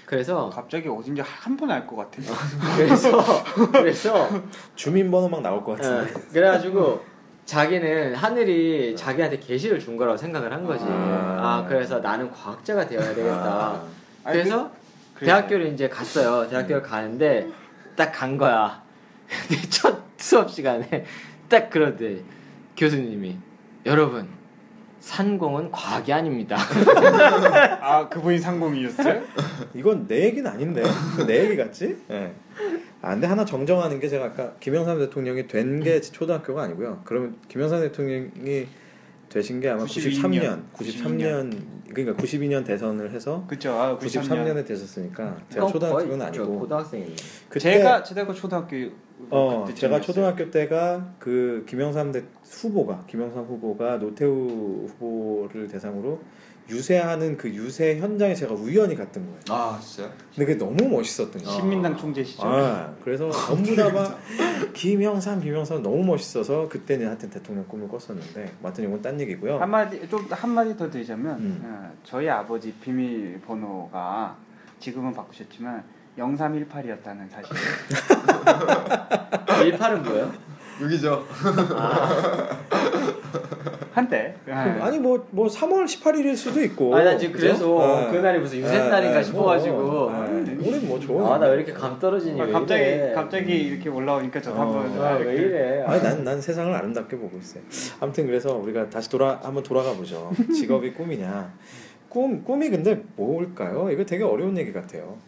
그래서 아, 갑자기 어딘지 한 번 알 것 같아. 어, 그래서 그래서 주민번호 막 나올 것 같은데. 어, 그래가지고 자기는 하늘이 자기한테 계시를 준 거라고 생각을 한 거지. 아. 아 그래서 나는 과학자가 되어야 되겠다. 아, 아니, 그래서 그래. 대학교를 이제 갔어요. 대학교를 가는데 딱 간 거야. 근데 첫 수업 시간에 딱 그러대 교수님이 여러분 산공은 과학이 아닙니다. 아 그분이 상공이었어요? 이건 내 얘기는 아닌데 내 얘기 같지? 예. 아, 근데 하나 정정하는 게 제가 아까 김영삼 대통령이 된 게 음. 초등학교가 아니고요. 그러면 김영삼 대통령이 되신 게 아마 93년, 92년, 93년, 그러니까 92년 대선을 해서 그죠. 아, 93년. 93년에 되셨으니까 제가 어, 초등학교는 아니고 고등학생이네. 그때 제가 제가 초등학교 어 그때쯤이었어요. 제가 초등학교 때가 그 김영삼 대 후보가 김영삼 후보가 노태우 후보를 대상으로 유세하는 그 유세 현장에 제가 우연히 갔던 거예요. 아 진짜? 근데 그게 너무 멋있었던 거예요. 신민당 총재 시절. 아, 그래서 전부 다막 김영삼, 김영삼 너무 멋있어서 그때는 하여튼 대통령 꿈을 꿨었는데, 하여튼 이건 딴 얘기고요. 한마디 좀 한마디 더 드리자면 음. 어, 저희 아버지 비밀번호가 지금은 바꾸셨지만 0318이었다는 사실. 18은 뭐예요? 여기죠. 한때. 예. 아니 뭐 뭐 3월 18일일 수도 있고. 아나 지금 그죠? 그래서 예. 그날이 무슨 유세 예, 날인가 예, 싶어가지고 뭐, 예. 우린 뭐 좋은. 아 나 왜 이렇게 감 떨어지니? 아, 왜 갑자기 이래? 갑자기 이렇게 올라오니까 저도 어, 한번 아, 왜 이래? 아니 난, 난 세상을 아름답게 보고 있어요. 아무튼 그래서 우리가 다시 돌아 한번 돌아가 보죠. 직업이 꿈이냐? 꿈 꿈이 근데 뭘까요? 이거 되게 어려운 얘기 같아요.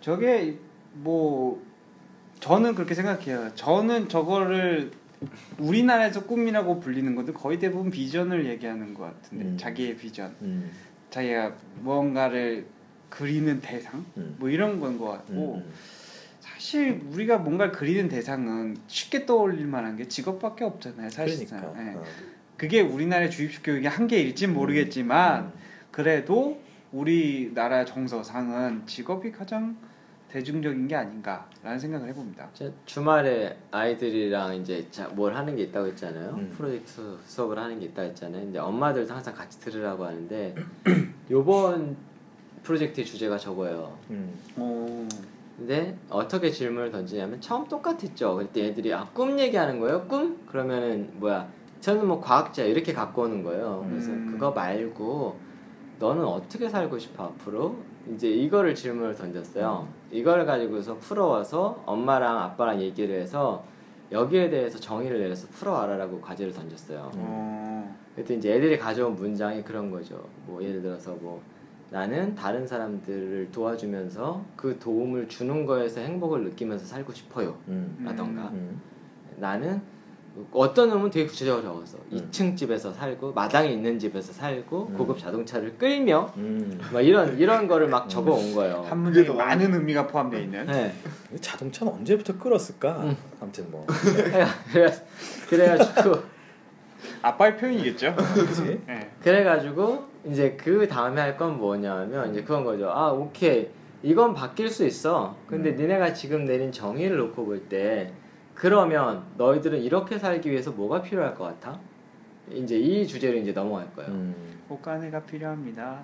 저게 뭐 저는 그렇게 생각해요. 저는 저거를 우리나라에서 꿈이라고 불리는 것도 거의 대부분 비전을 얘기하는 것 같은데 음. 자기의 비전, 음, 자기가 무언가를 그리는 대상 음. 뭐 이런 건 것 음, 같고 음. 사실 우리가 뭔가 그리는 대상은 쉽게 떠올릴 만한 게 직업밖에 없잖아요. 사실상 그러니까. 네. 예. 어. 그게 우리나라의 주입식 교육의 한계일진 모르겠지만 음. 그래도 우리나라 정서상은 직업이 가장 대중적인 게 아닌가라는 생각을 해봅니다. 저 주말에 아이들이랑 이제 자- 뭘 하는 게 있다고 했잖아요. 음. 프로젝트 수업을 하는 게 있다고 했잖아요. 근데 엄마들도 항상 같이 들으라고 하는데 요번 프로젝트의 주제가 저거예요. 음. 근데 어떻게 질문을 던지냐면 처음 똑같았죠. 그때 애들이 아 꿈 얘기하는 거예요? 꿈? 그러면은 뭐야? 저는 뭐 과학자 이렇게 갖고 오는 거예요. 그래서 음. 그거 말고 너는 어떻게 살고 싶어 앞으로? 이제 이거를 질문을 던졌어요. 이걸 가지고서 풀어와서 엄마랑 아빠랑 얘기를 해서 여기에 대해서 정의를 내려서 풀어와라라고 과제를 던졌어요. 어. 그때 이제 애들이 가져온 문장이 그런 거죠. 뭐 예를 들어서 뭐 나는 다른 사람들을 도와주면서 그 도움을 주는 거에서 행복을 느끼면서 살고 싶어요. 음. 라던가 음. 나는 어떤 놈은 되게 구체적으로 적었어. 음. 2층 집에서 살고 마당에 있는 집에서 살고 음. 고급 자동차를 끌며 음. 막 이런 이런 거를 막 적어 온 거예요. 한 문제에 많은 의미가 포함되어 있는 네. 자동차는 언제부터 끌었을까? 음. 아무튼 뭐 그래- 그래가지고 아빠의 표현이겠죠. 그렇지. 네. 그래가지고 이제 그 다음에 할 건 뭐냐면 이제 그건 거죠. 아 오케이 이건 바뀔 수 있어. 근데 음. 니네가 지금 내린 정의를 놓고 볼 때 그러면 너희들은 이렇게 살기 위해서 뭐가 필요할 것 같아? 이제 이 주제로 이제 넘어갈 거예요. 음. 옷가네가 필요합니다.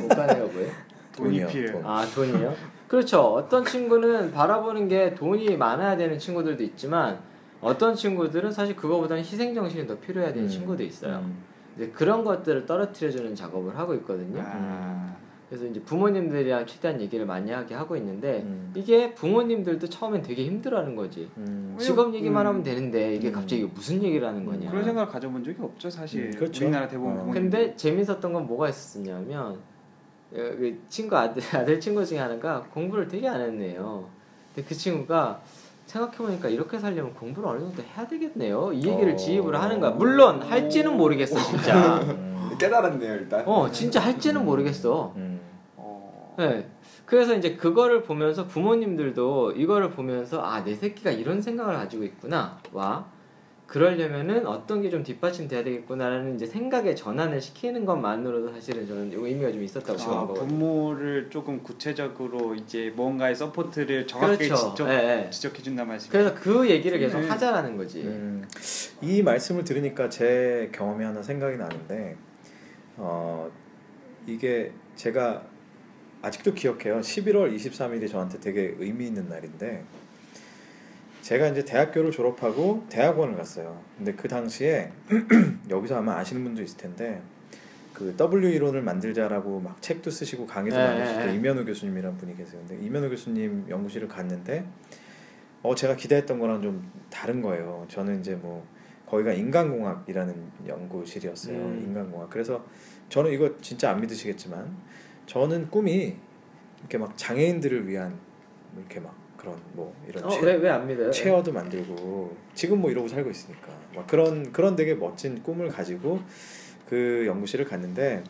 못가네가 뭐예요? 돈이 돈이요, 필요. 돈. 아 돈이요? 그렇죠. 어떤 친구는 바라보는 게 돈이 많아야 되는 친구들도 있지만 어떤 친구들은 사실 그거보다는 희생 정신이 더 필요해야 되는 음. 아, 네, 친구도 있어요. 음. 이제 그런 것들을 떨어뜨려주는 작업을 하고 네? 있거든요. 아. 그래서 이제 부모님들이랑 최대한 얘기를 많이 하게 하고 있는데 음. 이게 부모님들도 처음엔 되게 힘들어하는 거지. 음. 직업 얘기만 음. 하면 되는데 이게 음. 갑자기 무슨 얘기를 하는 거냐. 그런 생각을 가져본 적이 없죠 사실. 음, 그렇죠. 우리나라 대부분 어. 부모님. 근데 재밌었던 건 뭐가 있었냐면 그 친구 아들 아들 친구 중에 하나가 공부를 되게 안 했네요. 근데 그 친구가 생각해보니까 이렇게 살려면 공부를 어느 정도 해야 되겠네요. 이 얘기를 어. 지입을 하는 거야. 물론 할지는 모르겠어 진짜. 음. 깨달았네요 일단. 어 진짜 할지는 모르겠어. 음. 어. 네. 그래서 이제 그거를 보면서 부모님들도 이거를 보면서 아 내 새끼가 이런 생각을 가지고 있구나 와 그러려면은 어떤 게 좀 뒷받침돼야 되겠구나라는 이제 생각의 전환을 시키는 것만으로도 사실은 저는 요 의미가 좀 있었다고 아, 생각하고 부모를 조금 구체적으로 이제 뭔가의 서포트를 아, 정확하게 그렇죠. 지적, 예, 예. 지적해준단 말이죠. 그래서 그 얘기를 계속 네. 하자라는 거지. 음, 이 말씀을 들으니까 제 경험이 하나 생각이 나는데 어, 이게 제가 아직도 기억해요. 11월 23일이 저한테 되게 의미 있는 날인데 제가 이제 대학교를 졸업하고 대학원을 갔어요. 근데 그 당시에 여기서 아마 아시는 분도 있을 텐데 그 W 이론을 만들자라고 막 책도 쓰시고 강의도 네, 많이 하실 때 네. 이면우 교수님이란 분이 계세요. 근데 이면우 교수님 연구실을 갔는데 어 제가 기대했던 거랑 좀 다른 거예요. 저는 이제 뭐 거기가 인간공학이라는 연구실이었어요. 음. 인간공학. 그래서 저는 이거 진짜 안 믿으시겠지만 저는 꿈이 이렇게 막 장애인들을 위한 이렇게 막 그런 뭐 이런 어 체- 왜 왜 안 믿어요? 체어도 만들고 지금 뭐 이러고 살고 있으니까 막 그런 그런 되게 멋진 꿈을 가지고 그 연구실을 갔는데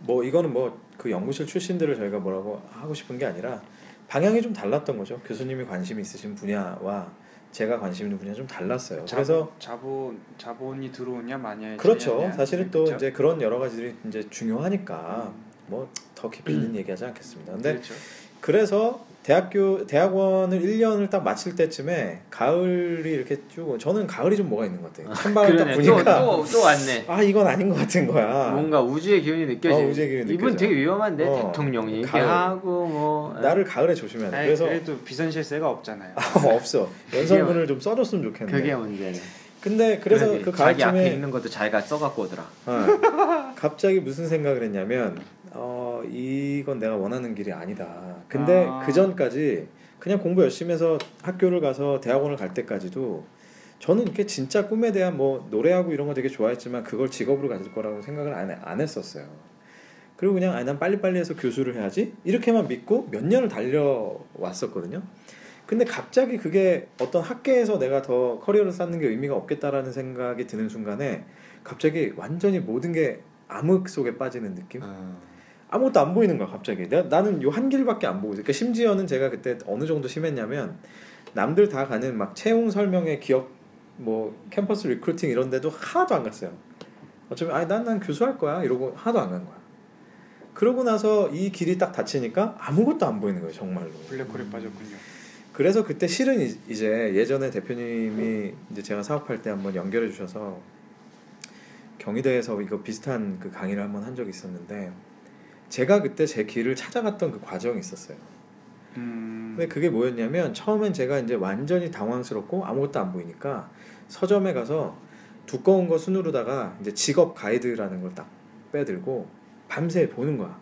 뭐 이거는 뭐 그 연구실 출신들을 저희가 뭐라고 하고 싶은 게 아니라 방향이 좀 달랐던 거죠 교수님이 관심 있으신 분야와 제가 관심 있는 분야 좀 달랐어요 자- 그래서 자본 자본이 들어오냐 마냐 그렇죠 사실은 또 이제 그런 여러 가지들이 이제 중요하니까 뭐 더 깊이는 얘기하지 않겠습니다 근데 그렇죠. 그래서 대학교 대학원을 1년을 딱 마칠 때쯤에 가을이 이렇게 쭉 저는 가을이 좀 뭐가 있는 것 같아요. 찬바람 딱 그러네. 보니까 또또 또 왔네. 아 이건 아닌 것 같은 거야. 뭔가 우주의 기운이 느껴지는. 어, 우주의 기운이 이분 느껴져. 되게 위험한데 어, 대통령 가을. 얘기하고 뭐. 나를 가을에 조심해야 돼. 아니, 네, 그래서 그래도 비선실세가 없잖아요. 어, 없어. 연설문을 좀 써줬으면 좋겠는데. 그게 문제네. 근데 그래서 그 자기 앞에 가을쯤에 있는 것도 자기가 써갖고 오더라. 어, 갑자기 무슨 생각을 했냐면 어 이건 내가 원하는 길이 아니다. 근데 아. 그 전까지 그냥 공부 열심히 해서 학교를 가서 대학원을 갈 때까지도 저는 이렇게 진짜 꿈에 대한 뭐 노래하고 이런 거 되게 좋아했지만 그걸 직업으로 가질 거라고 생각을 안, 해- 안 했었어요. 그리고 그냥 아, 난 빨리빨리 해서 교수를 해야지 이렇게만 믿고 몇 년을 달려왔었거든요. 근데 갑자기 그게 어떤 학계에서 내가 더 커리어를 쌓는 게 의미가 없겠다라는 생각이 드는 순간에 갑자기 완전히 모든 게 암흑 속에 빠지는 느낌? 아, 아무것도 안 보이는 거야 갑자기 나, 나는 요 한 길밖에 안 보고 있어 그러니까 심지어는 제가 그때 어느 정도 심했냐면 남들 다 가는 막 채용 설명회 기업 뭐 캠퍼스 리크루팅 이런 데도 하나도 안 갔어요 어쩌면 아니 난, 난 교수할 거야 이러고 하나도 안 간 거야 그러고 나서 이 길이 딱 닫히니까 아무것도 안 보이는 거예요 정말로 블랙홀에 빠졌군요. 그래서 그때 실은 이- 이제 예전에 대표님이 이제 제가 사업할 때 한번 연결해 주셔서 경희대에서 이거 비슷한 그 강의를 한번 한 적이 있었는데 제가 그때 제 길을 찾아갔던 그 과정이 있었어요. 음. 근데 그게 뭐였냐면 처음엔 제가 이제 완전히 당황스럽고 아무것도 안 보이니까 서점에 가서 두꺼운 거 순으로다가 이제 직업 가이드라는 걸 딱 빼들고 밤새 보는 거야.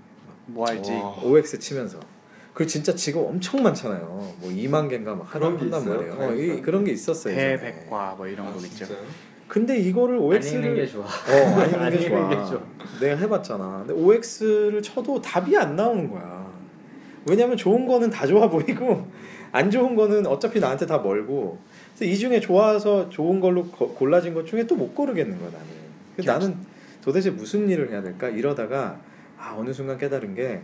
뭐 할지 와. OX 치면서 그 진짜 직업 엄청 많잖아요. 뭐 2만 개인가 막 하나 그런 게 한단 있어요? 말이에요. 어, 이- 그런 게 있었어요. 예전에. 대백과 뭐 아, 이런 거겠죠. 아, 진짜요? 근데 이거를 안 읽는 OX를 게 좋아. 어, 안 읽는 안 게 읽는 좋아. 게 좋아. 내가 해봤잖아. 근데 OX를 쳐도 답이 안 나오는 거야. 왜냐면 좋은 거는 다 좋아 보이고 안 좋은 거는 어차피 나한테 다 멀고 그래서 이 중에 좋아서 좋은 걸로 거- 골라진 것 중에 또 못 고르겠는 거야 나는. 그래서 나는 도대체 무슨 일을 해야 될까 이러다가 아 어느 순간 깨달은 게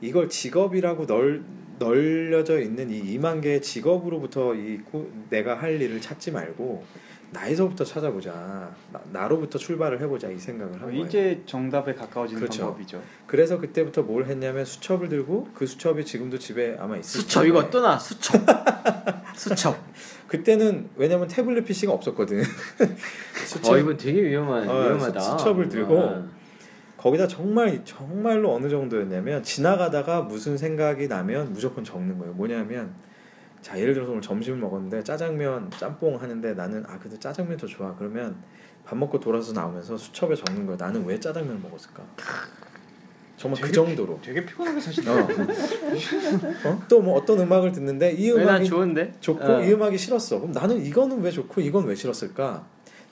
이걸 직업이라고 널 널려져 있는 이 2만 개의 직업으로부터 이 꾸- 내가 할 일을 찾지 말고 나에서부터 찾아보자 나, 로부터 출발을 해보자 이 생각을 한 어, 거예요. 이제 정답에 가까워지는 그렇죠. 방법이죠. 그래서 그때부터 뭘 했냐면 수첩을 들고 그 수첩이 지금도 집에 아마 있을 수첩 텐데 이거 또 나 수첩. 수첩. 그때는 왜냐면 태블릿 PC가 없었거든 수첩 어 이분 되게 위험한 어, 위험하다. 수- 수첩을 들고 어. 거기다 정말 정말로 어느 정도였냐면 지나가다가 무슨 생각이 나면 무조건 적는 거예요. 뭐냐면 자 예를 들어서 오늘 점심을 먹었는데 짜장면 짬뽕 하는데 나는 아 그래도 짜장면 더 좋아. 그러면 밥 먹고 돌아서 나오면서 수첩에 적는 거예요. 나는 왜 짜장면을 먹었을까? 정말 그 되게 정도로. 되게 피곤하게 사시네. 또 뭐 어떤 음악을 듣는데 이 왜난 음악이 좋은데? 좋고 어. 이 음악이 싫었어. 그럼 나는 이거는 왜 좋고 이건 왜 싫었을까?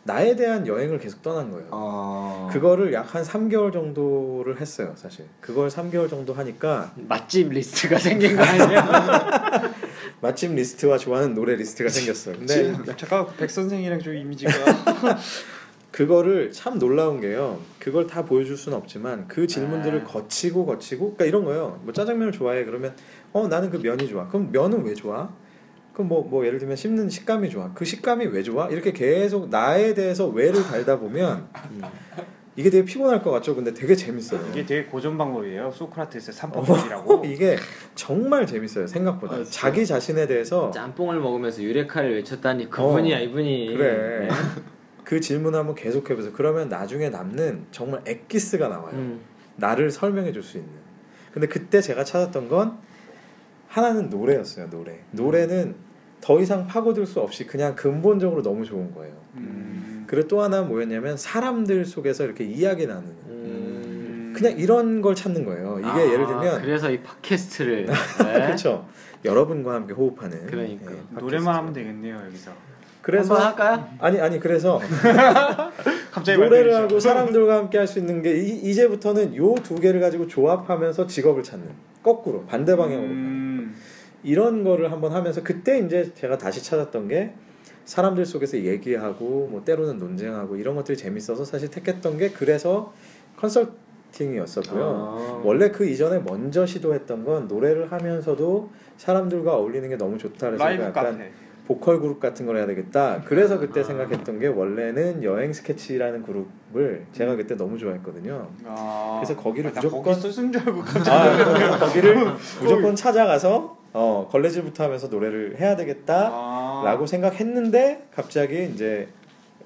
나에 대한 여행을 계속 떠난 거예요. 어. 아. 그거를 약 한 3개월 정도를 했어요, 사실. 그걸 3개월 정도 하니까 맛집 리스트가 생긴 거 아니야? 맛집 네. 리스트와 좋아하는 노래 리스트가 생겼어요. 근데 네. 잠깐 백 선생이랑 좀 이미지가 그거를 참 놀라운 게요. 그걸 다 보여줄 수는 없지만 그 질문들을 아. 거치고 거치고 그러니까 이런 거요. 뭐 짜장면을 좋아해 그러면 어 나는 그 면이 좋아. 그럼 면은 왜 좋아? 그럼 뭐 뭐 예를 들면 씹는 식감이 좋아. 그 식감이 왜 좋아? 이렇게 계속 나에 대해서 왜를 달다 보면 이게 되게 피곤할 것 같죠. 근데 되게 재밌어요. 음. 이게 되게 고전 방법이에요. 소크라테스 삼법법이라고. 어, 이게 정말 재밌어요. 생각보다 아, 진짜? 자기 자신에 대해서 짬뽕을 먹으면서 유레카를 외쳤다니 그분이야 이분이. 어. 그래. 네. 그 질문 한번 계속 해보세요. 그러면 나중에 남는 정말 액기스가 나와요. 음. 나를 설명해 줄 수 있는. 근데 그때 제가 찾았던 건 하나는 노래였어요. 노래. 노래는 더 이상 파고들 수 없이 그냥 근본적으로 너무 좋은 거예요. 음. 그리고 또 하나 는 뭐였냐면 사람들 속에서 이렇게 이야기 나누는. 음. 그냥 이런 걸 찾는 거예요. 이게 아, 예를 들면 그래서 이 팟캐스트를 네. 그렇죠. 여러분과 함께 호흡하는. 그러니까. 팟캐스트. 노래만 하면 되겠네요 여기서. 그래서 한번 할까요? 아니 아니 그래서 갑자기 노래를 말씀해주시죠. 하고 사람들과 함께 할 수 있는 게 이, 제부터는 요 두 개를 가지고 조합하면서 직업을 찾는 거꾸로 반대 방향으로 가는. 음. 이런 거를 한번 하면서 그때 이제 제가 다시 찾았던 게 사람들 속에서 얘기하고 뭐 때로는 논쟁하고 이런 것들이 재밌어서 사실 택했던 게 그래서 아. 컨설팅이었었고요. 어. 원래 그 이전에 먼저 시도했던 건 노래를 하면서도 사람들과 어울리는 게 너무 좋다 그래서 라이브 약간 카페. 보컬 그룹 같은 걸 해야 되겠다. 그래서 그때 생각했던 게 원래는 여행 스케치라는 그룹을 제가 그때 너무 좋아했거든요. 아. 그래서 거기를 아, 나 무조건- 거기서 쓴줄 알고 아, 거기를 무조건 찾아가서 어, 걸레질부터 하면서 노래를 해야 되겠다라고 아. 생각했는데 갑자기 이제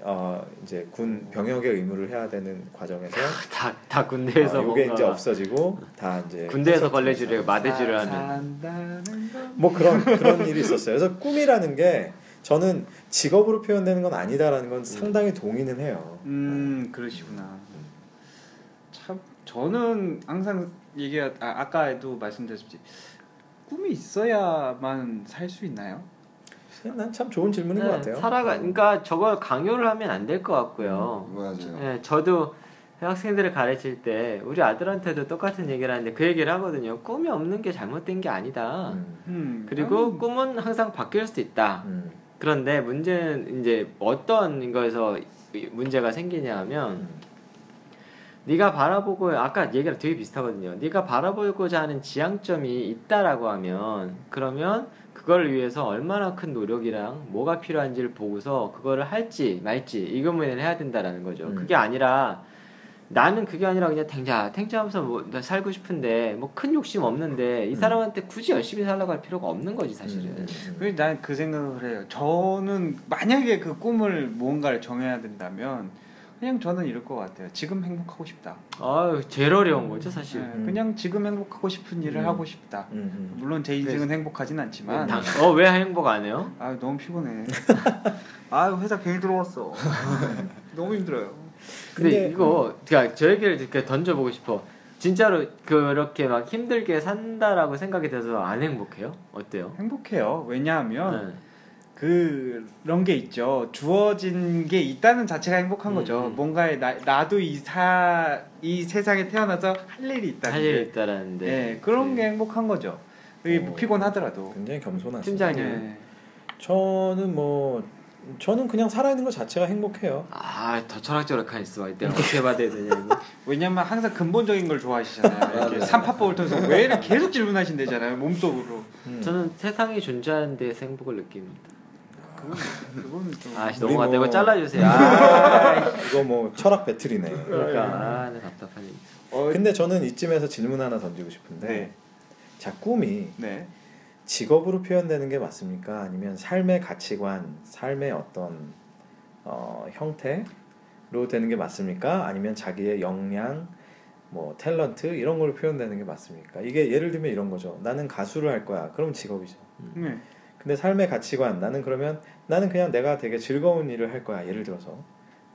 어, 이제 군 병역의 의무를 해야 되는 과정에서 다, 다 군대에서 어, 요게 뭔가 이제 없어지고 다 이제 컨설팅에서 군대에서 걸레질을 마대질을 하는 산다는 거. 뭐 그런 그런 일이 있었어요. 그래서 꿈이라는 게 저는 직업으로 표현되는 건 아니다라는 건 상당히 동의는 해요. 음 그러시구나. 참 저는 항상 얘기 아, 아까에도 말씀드렸지 꿈이 있어야만 살 수 있나요? 네, 난 참 좋은 질문인 네, 것 같아요. 살아가 어. 그러니까 저걸 강요를 하면 안 될 것 같고요. 맞아요. 예, 저도 학생들을 가르칠 때 우리 아들한테도 똑같은 얘기를 하는데 그 얘기를 하거든요. 꿈이 없는 게 잘못된 게 아니다. 음, 음, 그리고 나는- 꿈은 항상 바뀔 수도 있다. 음, 그런데 문제는 이제 어떤 거에서 이- 문제가 생기냐 하면 음. 네가 바라보고 아까 얘기랑 되게 비슷하거든요. 네가 바라보고자 하는 지향점이 있다라고 하면 그러면 그걸 위해서 얼마나 큰 노력이랑 뭐가 필요한지를 보고서 그거를 할지 말지 이 고민을 해야 된다라는 거죠. 음. 그게 아니라 나는 그게 아니라 그냥 탱자 탱자하면서 뭐나 살고 싶은데 뭐 큰 욕심 없는데 이 음. 사람한테 굳이 열심히 살라고 할 필요가 없는 거지 사실은. 음, 음, 음. 그래서 난그 생각을 해요. 저는 만약에 그 꿈을 뭔가를 정해야 된다면 그냥 저는 이럴 것 같아요. 지금 행복하고 싶다. 아유 제일 어려운 거죠 사실. 네, 그냥 지금 행복하고 싶은 일을 음. 하고 싶다. 음, 음. 물론 제 인생은 행복하진 아, 네. 음, 않지만 어왜 행복 안 해요? 아 너무 피곤해. 아 회사 괜히 들어왔어. 너무 힘들어요. 근데, 근데- 이거 그냥 저 얘기를 이렇게 던져보고 싶어. 진짜로 그렇게 막 힘들게 산다라고 생각이 돼서 안 행복해요? 어때요? 행복해요. 왜냐하면 네. 그런 게 있죠. 주어진 게 있다는 자체가 행복한 음, 거죠. 음. 뭔가에 나, 나도 이 사, 이 세상에 태어나서 할 일이 있다는 할 게. 일이 있다라는데. 예, 그런 네. 게 행복한 거죠. 이게 어. 피곤하더라도. 굉장히 겸손하시죠. 팀장님. 예. 저는 뭐 저는 그냥 살아있는 것 자체가 행복해요. 아더 철학적으로 카니스마 이때 어떻게 받아야 되냐 이거. 왜냐면 항상 근본적인 걸 좋아하시잖아요. 네. 이렇게 삼파법을 통해서 왜를 계속 질문하신대잖아요. 몸속으로. 음. 저는 세상이 존재하는 데에서 행복을 느낍니다. 그건, 그건 좀. 아씨 우리 너무 안 뭐- 되고 잘라주세요. 아, 이거 뭐 철학 배틀이네. 그러니까 아, 나 답답한 얘기. 어, 근데 저는 이쯤에서 질문 하나 던지고 싶은데 네. 자 꿈이 네. 직업으로 표현되는 게 맞습니까? 아니면 삶의 가치관, 삶의 어떤 어, 형태로 되는 게 맞습니까? 아니면 자기의 역량, 뭐 탤런트 이런 걸로 표현되는 게 맞습니까? 이게 예를 들면 이런 거죠. 나는 가수를 할 거야. 그럼 직업이죠. 음. 네. 근데 삶의 가치관 나는 그러면 나는 그냥 내가 되게 즐거운 일을 할 거야 예를 들어서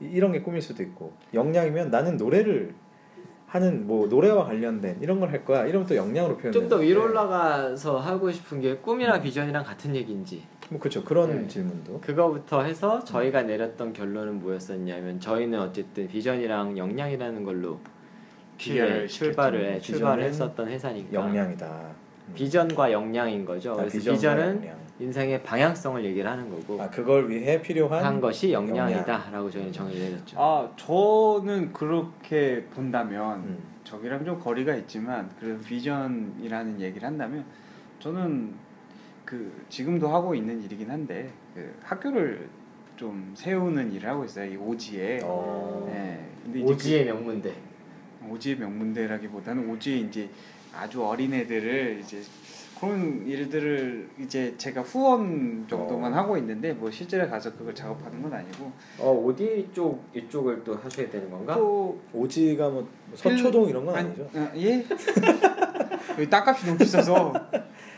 이- 이런 게 꿈일 수도 있고 역량이면 나는 노래를 하는 뭐 노래와 관련된 이런 걸 할 거야 이러면 또 역량으로 표현 좀 더 위로 올라가서 하고 싶은 게 꿈이랑 비전이랑 같은 얘기인지 뭐 그렇죠 그런 네. 질문도 그거부터 해서 저희가 내렸던 결론은 뭐였었냐면 저희는 어쨌든 비전이랑 역량이라는 걸로 기여를 기회를 출발을 시켰죠. 출발을 비전은 했었던 회사니까 역량이다 음. 비전과 역량인 거죠. 아, 그래서 비전과 비전은 역량. 인생의 방향성을 얘기를 하는 거고 아 그걸 위해 필요한 한 것이 역량. 역량이다라고 저희는 정의를 해줬죠. 아 저는 그렇게 본다면 음. 저기랑 좀 거리가 있지만 그래도 비전이라는 얘기를 한다면 저는 그 지금도 하고 있는 일이긴 한데 그 학교를 좀 세우는 일을 하고 있어요 이 오지에. 어. 예. 근데 이제 오지의 명문대. 그 오지의 명문대라기보다는 오지에 이제 아주 어린 애들을 이제 그런 일들을 이제 제가 후원 정도만 어. 하고 있는데 뭐 실제로 가서 그걸 작업하는 건 아니고 어 어디 쪽 이쪽을 또 하셔야 되는 건가? 또 오지가 뭐 서초동 이런 건 아니죠? 아, 예? 여기 땅값이 너무 비싸서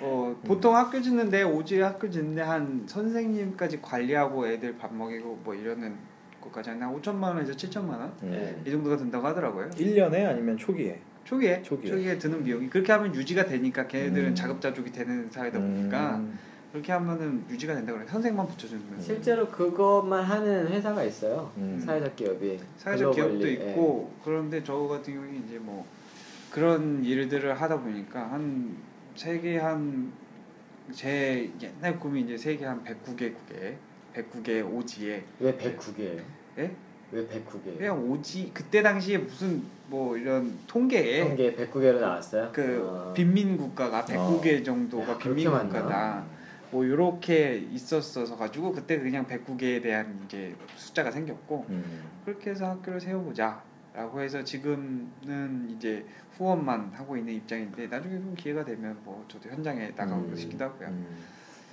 어, 보통 학교 짓는데 오지 학교 짓는데 한 선생님까지 관리하고 애들 밥 먹이고 뭐 이러는 것까지 한 5천만 원에서 7천만 원 이 음. 정도가 든다고 하더라고요. 1년에 아니면 초기에. 초기에, 초기에. 초기에 드는 비용이 그렇게 하면 유지가 되니까 걔네들은 음. 자급자족이 되는 사회다 보니까 음. 그렇게 하면은 유지가 된다고 그래. 선생만 붙여주는 거예요. 실제로 그것만 하는 회사가 있어요. 음. 사회적 기업이. 사회적 글로벌리, 기업도 예. 있고 그런데 저 같은 경우에 이제 뭐 그런 일들을 하다 보니까 한 세계 한 제 옛날 꿈이 이제 세계 한 109개국에 109개 오지에 왜 109개예요? 예? 왜 109개예요? 그냥 오지 그때 당시에 무슨 뭐 이런 통계에 통계 109개로 나왔어요. 그 어. 빈민 국가가 109개 야, 정도가 그렇게 빈민 많나? 국가다. 뭐 이렇게 있었어서 가지고 그때 그냥 109개에 대한 이게 숫자가 생겼고 음. 그렇게 해서 학교를 세워보자. 라고 해서 지금은 이제 후원만 하고 있는 입장인데 나중에 좀 기회가 되면 뭐 저도 현장에 나가고 음. 싶기도 하고요. 음.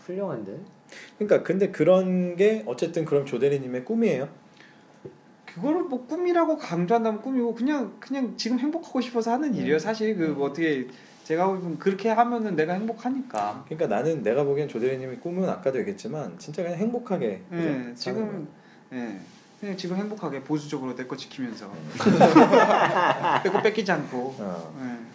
훌륭한데. 그러니까 근데 그런 게 어쨌든 그럼 조대리님의 꿈이에요. 그거를 뭐 꿈이라고 강조한다면 꿈이고 그냥 그냥 지금 행복하고 싶어서 음. 하는 일이에요. 사실 그뭐 어떻게 제가 보면 그렇게 하면은 내가 행복하니까. 그러니까 나는 내가 보기엔 조대리님의 꿈은 아까도 얘기했지만 진짜 그냥 행복하게. 예, 그죠? 사는 지금 예. 그냥 지금 행복하게 보수적으로 내 거 지키면서 음. 내 거 뺏기지 않고. 거야. 어. 예.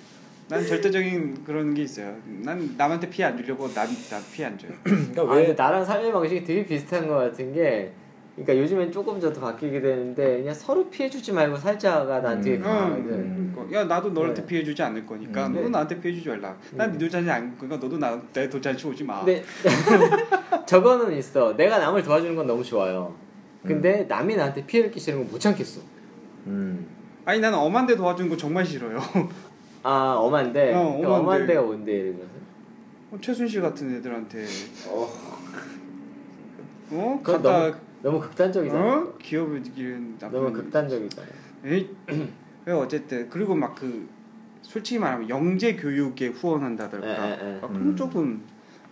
난 절대적인 그런 게 있어요. 난 남한테 피해 안 주려고 남피안 줘요. 그러니까 아, 왜 근데 나랑 삶의 방식이 되게 비슷한 것 같은 게 그러니까 요즘엔 조금 저도 바뀌게 되는데 그냥 서로 피해주지 말고 살자가 난 되게 음. 강하거든 음. 그러니까 야 나도 너한테 네. 음. 피해 주지 않을 거니까 음. 너도 네. 나한테 피해 주지 말라. 난네 돌잔치 안 그러니까 너도 나내 돌잔치 오지 마. 근데 저거는 있어 내가 남을 도와주는 건 너무 좋아요 근데 음. 남이 나한테 피해를 끼치는 건 못 참겠어 음. 아니 나는 엄한데 도와주는 거 정말 싫어요. 아 엄한데 어, 그러니까 엄한데. 엄한데가 뭔데 예를 들어서 최순실 같은 애들한테 어. 어 그건 갖다 너무 극단적이잖아 어 기업을 이기는 너무 나쁜 극단적이잖아 에이, 왜 어쨌든 그리고 막 그 솔직히 말하면 영재 교육에 후원한다더라. 예, 예, 예. 아, 그럼 음. 조금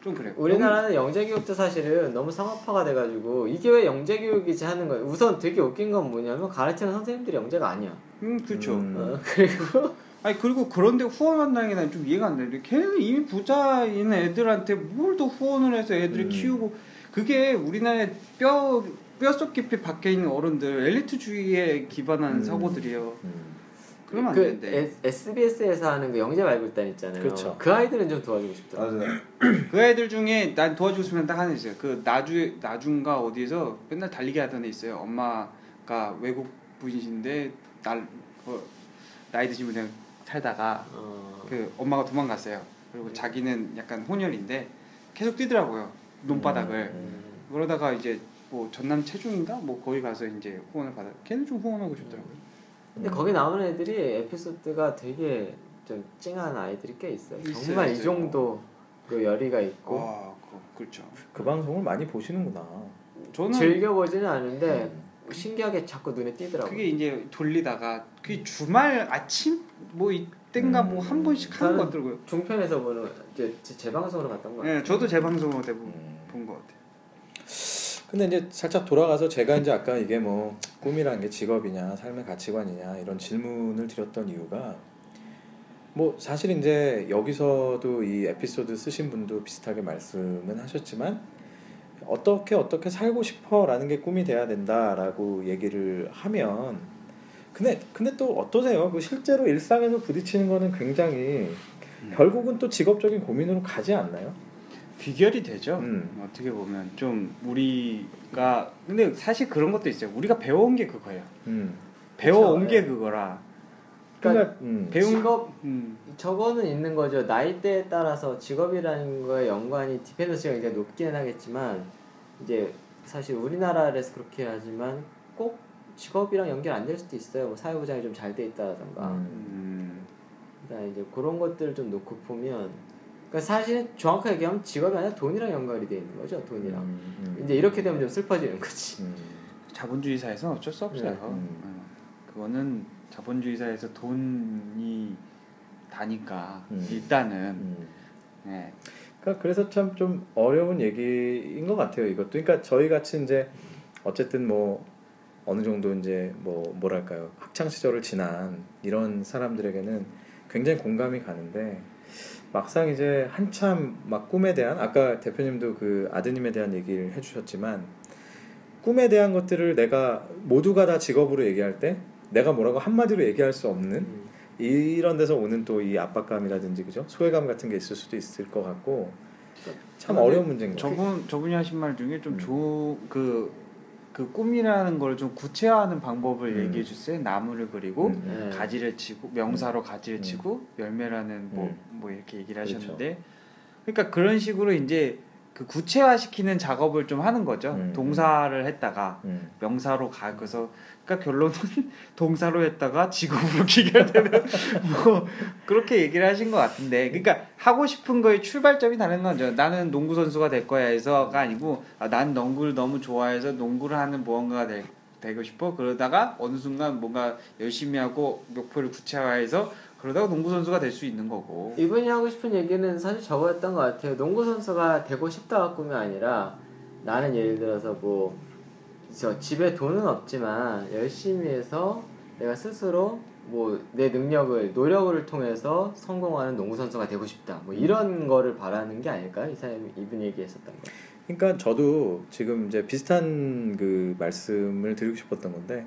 좀 그래. 우리나라는 영재교육도 사실은 너무 상업화가 돼가지고 이게 왜 영재교육이지 하는 거예요 우선 되게 웃긴 건 뭐냐면 가르치는 선생님들이 영재가 아니야 음 그렇죠. 음. 어, 그리고 아니 그리고 그런데 후원한다는 게 난 좀 이해가 안 되는데 걔는 이미 부자인 애들한테 뭘 더 후원을 해서 애들을 음. 키우고 그게 우리나라의 뼈 뼛속 깊이 박혀 있는 어른들 엘리트주의에 기반한 음. 사고들이에요. 음. 그러면 안 그 되는데 S- SBS에서 하는 그 영재 말고단 있잖아요. 그렇죠. 그 아이들은 좀 도와주고 싶다. 맞아요. 그 애들 중에 난 도와주고 싶으면 딱 하나 있어요. 그 나주 나중가 어디에서 맨날 달리기 하던 애 있어요. 엄마가 외국 분이신데 날 어, 나이 드신 분이랑 살다가 어, 그 엄마가 도망갔어요. 그리고 자기는 약간 혼혈인데 계속 뛰더라고요. 논바닥을. 음. 그러다가 이제 뭐 전남 체중인가 뭐 거기 가서 이제 후원을 받아. 걔는 좀 후원하고 싶더라고요. 근데 거기 나오는 애들이 에피소드가 되게 좀 찡한 아이들이 꽤 있어요. 있어요, 정말 이 있어요. 정도 그 열의가 있고 와, 그, 그렇죠. 그 방송을 많이 보시는구나. 저는 즐겨보지는 않은데 음. 신기하게 자꾸 눈에 띄더라고요. 그게 이제 돌리다가 그게 주말 아침 뭐 이땐가 음. 뭐 한 번씩 하는 것 같더라고요. 종편에서 보는 이제 제- 재방송으로 갔던 거 같아요. 예, 저도 재방송으로 대부분 음. 본 것 같아요. 근데 이제 살짝 돌아가서 제가 이제 아까 이게 뭐 꿈이라는 게 직업이냐 삶의 가치관이냐 이런 질문을 드렸던 이유가 뭐 사실 이제 여기서도 이 에피소드 쓰신 분도 비슷하게 말씀은 하셨지만 어떻게 어떻게 살고 싶어라는 게 꿈이 돼야 된다라고 얘기를 하면 근데 근데 또 어떠세요? 그 실제로 일상에서 부딪히는 거는 굉장히 음. 음. 결국은 또 직업적인 고민으로 가지 않나요? 비결이 되죠. 음. 어떻게 보면 좀 우리가 근데 사실 그런 것도 있어요. 우리가 배워온 게 그거예요. 음. 배워온 그쵸, 예. 게 그거라 그러니까 음. 배운- 직업 음. 저거는 있는 거죠. 나이대에 따라서 직업이라는 거에 연관이 디펜던시가 굉장히 높기는 하겠지만 이제 사실 우리나라에서 그렇게 하지만 꼭 직업이랑 연결 안 될 수도 있어요. 뭐 사회보장이 좀 잘 돼 있다라던가. 음. 음. 그러니까 이제 그런 것들을 좀 놓고 보면 그러니까 사실 정확하게 얘기하면 직업이 아니라 돈이랑 연결이 돼 있는 거죠. 돈이랑. 음. 이제 이렇게 되면 좀 슬퍼지는 거지. 음. 자본주의 사회에서 어쩔 수 없어요. 네, 음. 음. 그거는 자본주의 사회에서 돈이 다니까 음. 일단은 음. 네. 그러니까 그래서 참 좀 어려운 얘기인 것 같아요. 이것도 그러니까 저희 같이 이제 어쨌든 뭐 어느 정도 이제 뭐 뭐랄까요 학창 시절을 지난 이런 사람들에게는 굉장히 공감이 가는데 막상 이제 한참 막 꿈에 대한 아까 대표님도 그 아드님에 대한 얘기를 해주셨지만 꿈에 대한 것들을 내가 모두가 다 직업으로 얘기할 때 내가 뭐라고 한마디로 얘기할 수 없는 음. 이런 데서 오는 또 이 압박감이라든지 그죠 소외감 같은 게 있을 수도 있을 것 같고 참 근데 어려운 문제인 것 같아요. 저분 저분이 하신 말 중에 음. 좀그그 그 꿈이라는 걸 좀 구체화하는 방법을 음. 얘기해 주세요. 나무를 그리고 음. 네. 가지를 치고 명사로 가지를 음. 치고 열매라는 뭐 뭐 이렇게 얘기를 그렇죠. 하셨는데 그러니까 그런 식으로 이제 그 구체화시키는 작업을 좀 하는 거죠. 음. 동사를 했다가 음. 명사로 가 그래서 그러니까 결론은 동사로 했다가 직업으로 귀결되는 뭐 그렇게 얘기를 하신 것 같은데 그러니까 하고 싶은 거의 출발점이 다른 거죠 나는 농구 선수가 될 거야 해서가 아니고 아, 난 농구를 너무 좋아해서 농구를 하는 무언가가 될- 되고 싶어 그러다가 어느 순간 뭔가 열심히 하고 목표를 구체화해서 그러다가 농구 선수가 될 수 있는 거고 이분이 하고 싶은 얘기는 사실 저거였던 것 같아요. 농구 선수가 되고 싶다가 꿈이 아니라 나는 예를 들어서 뭐 저 집에 돈은 없지만 열심히 해서 내가 스스로 뭐 내 능력을 노력을 통해서 성공하는 농구 선수가 되고 싶다. 뭐 이런 거를 바라는 게 아닐까요? 이 사람 이분 얘기했었던 거. 그러니까 저도 지금 이제 비슷한 그 말씀을 드리고 싶었던 건데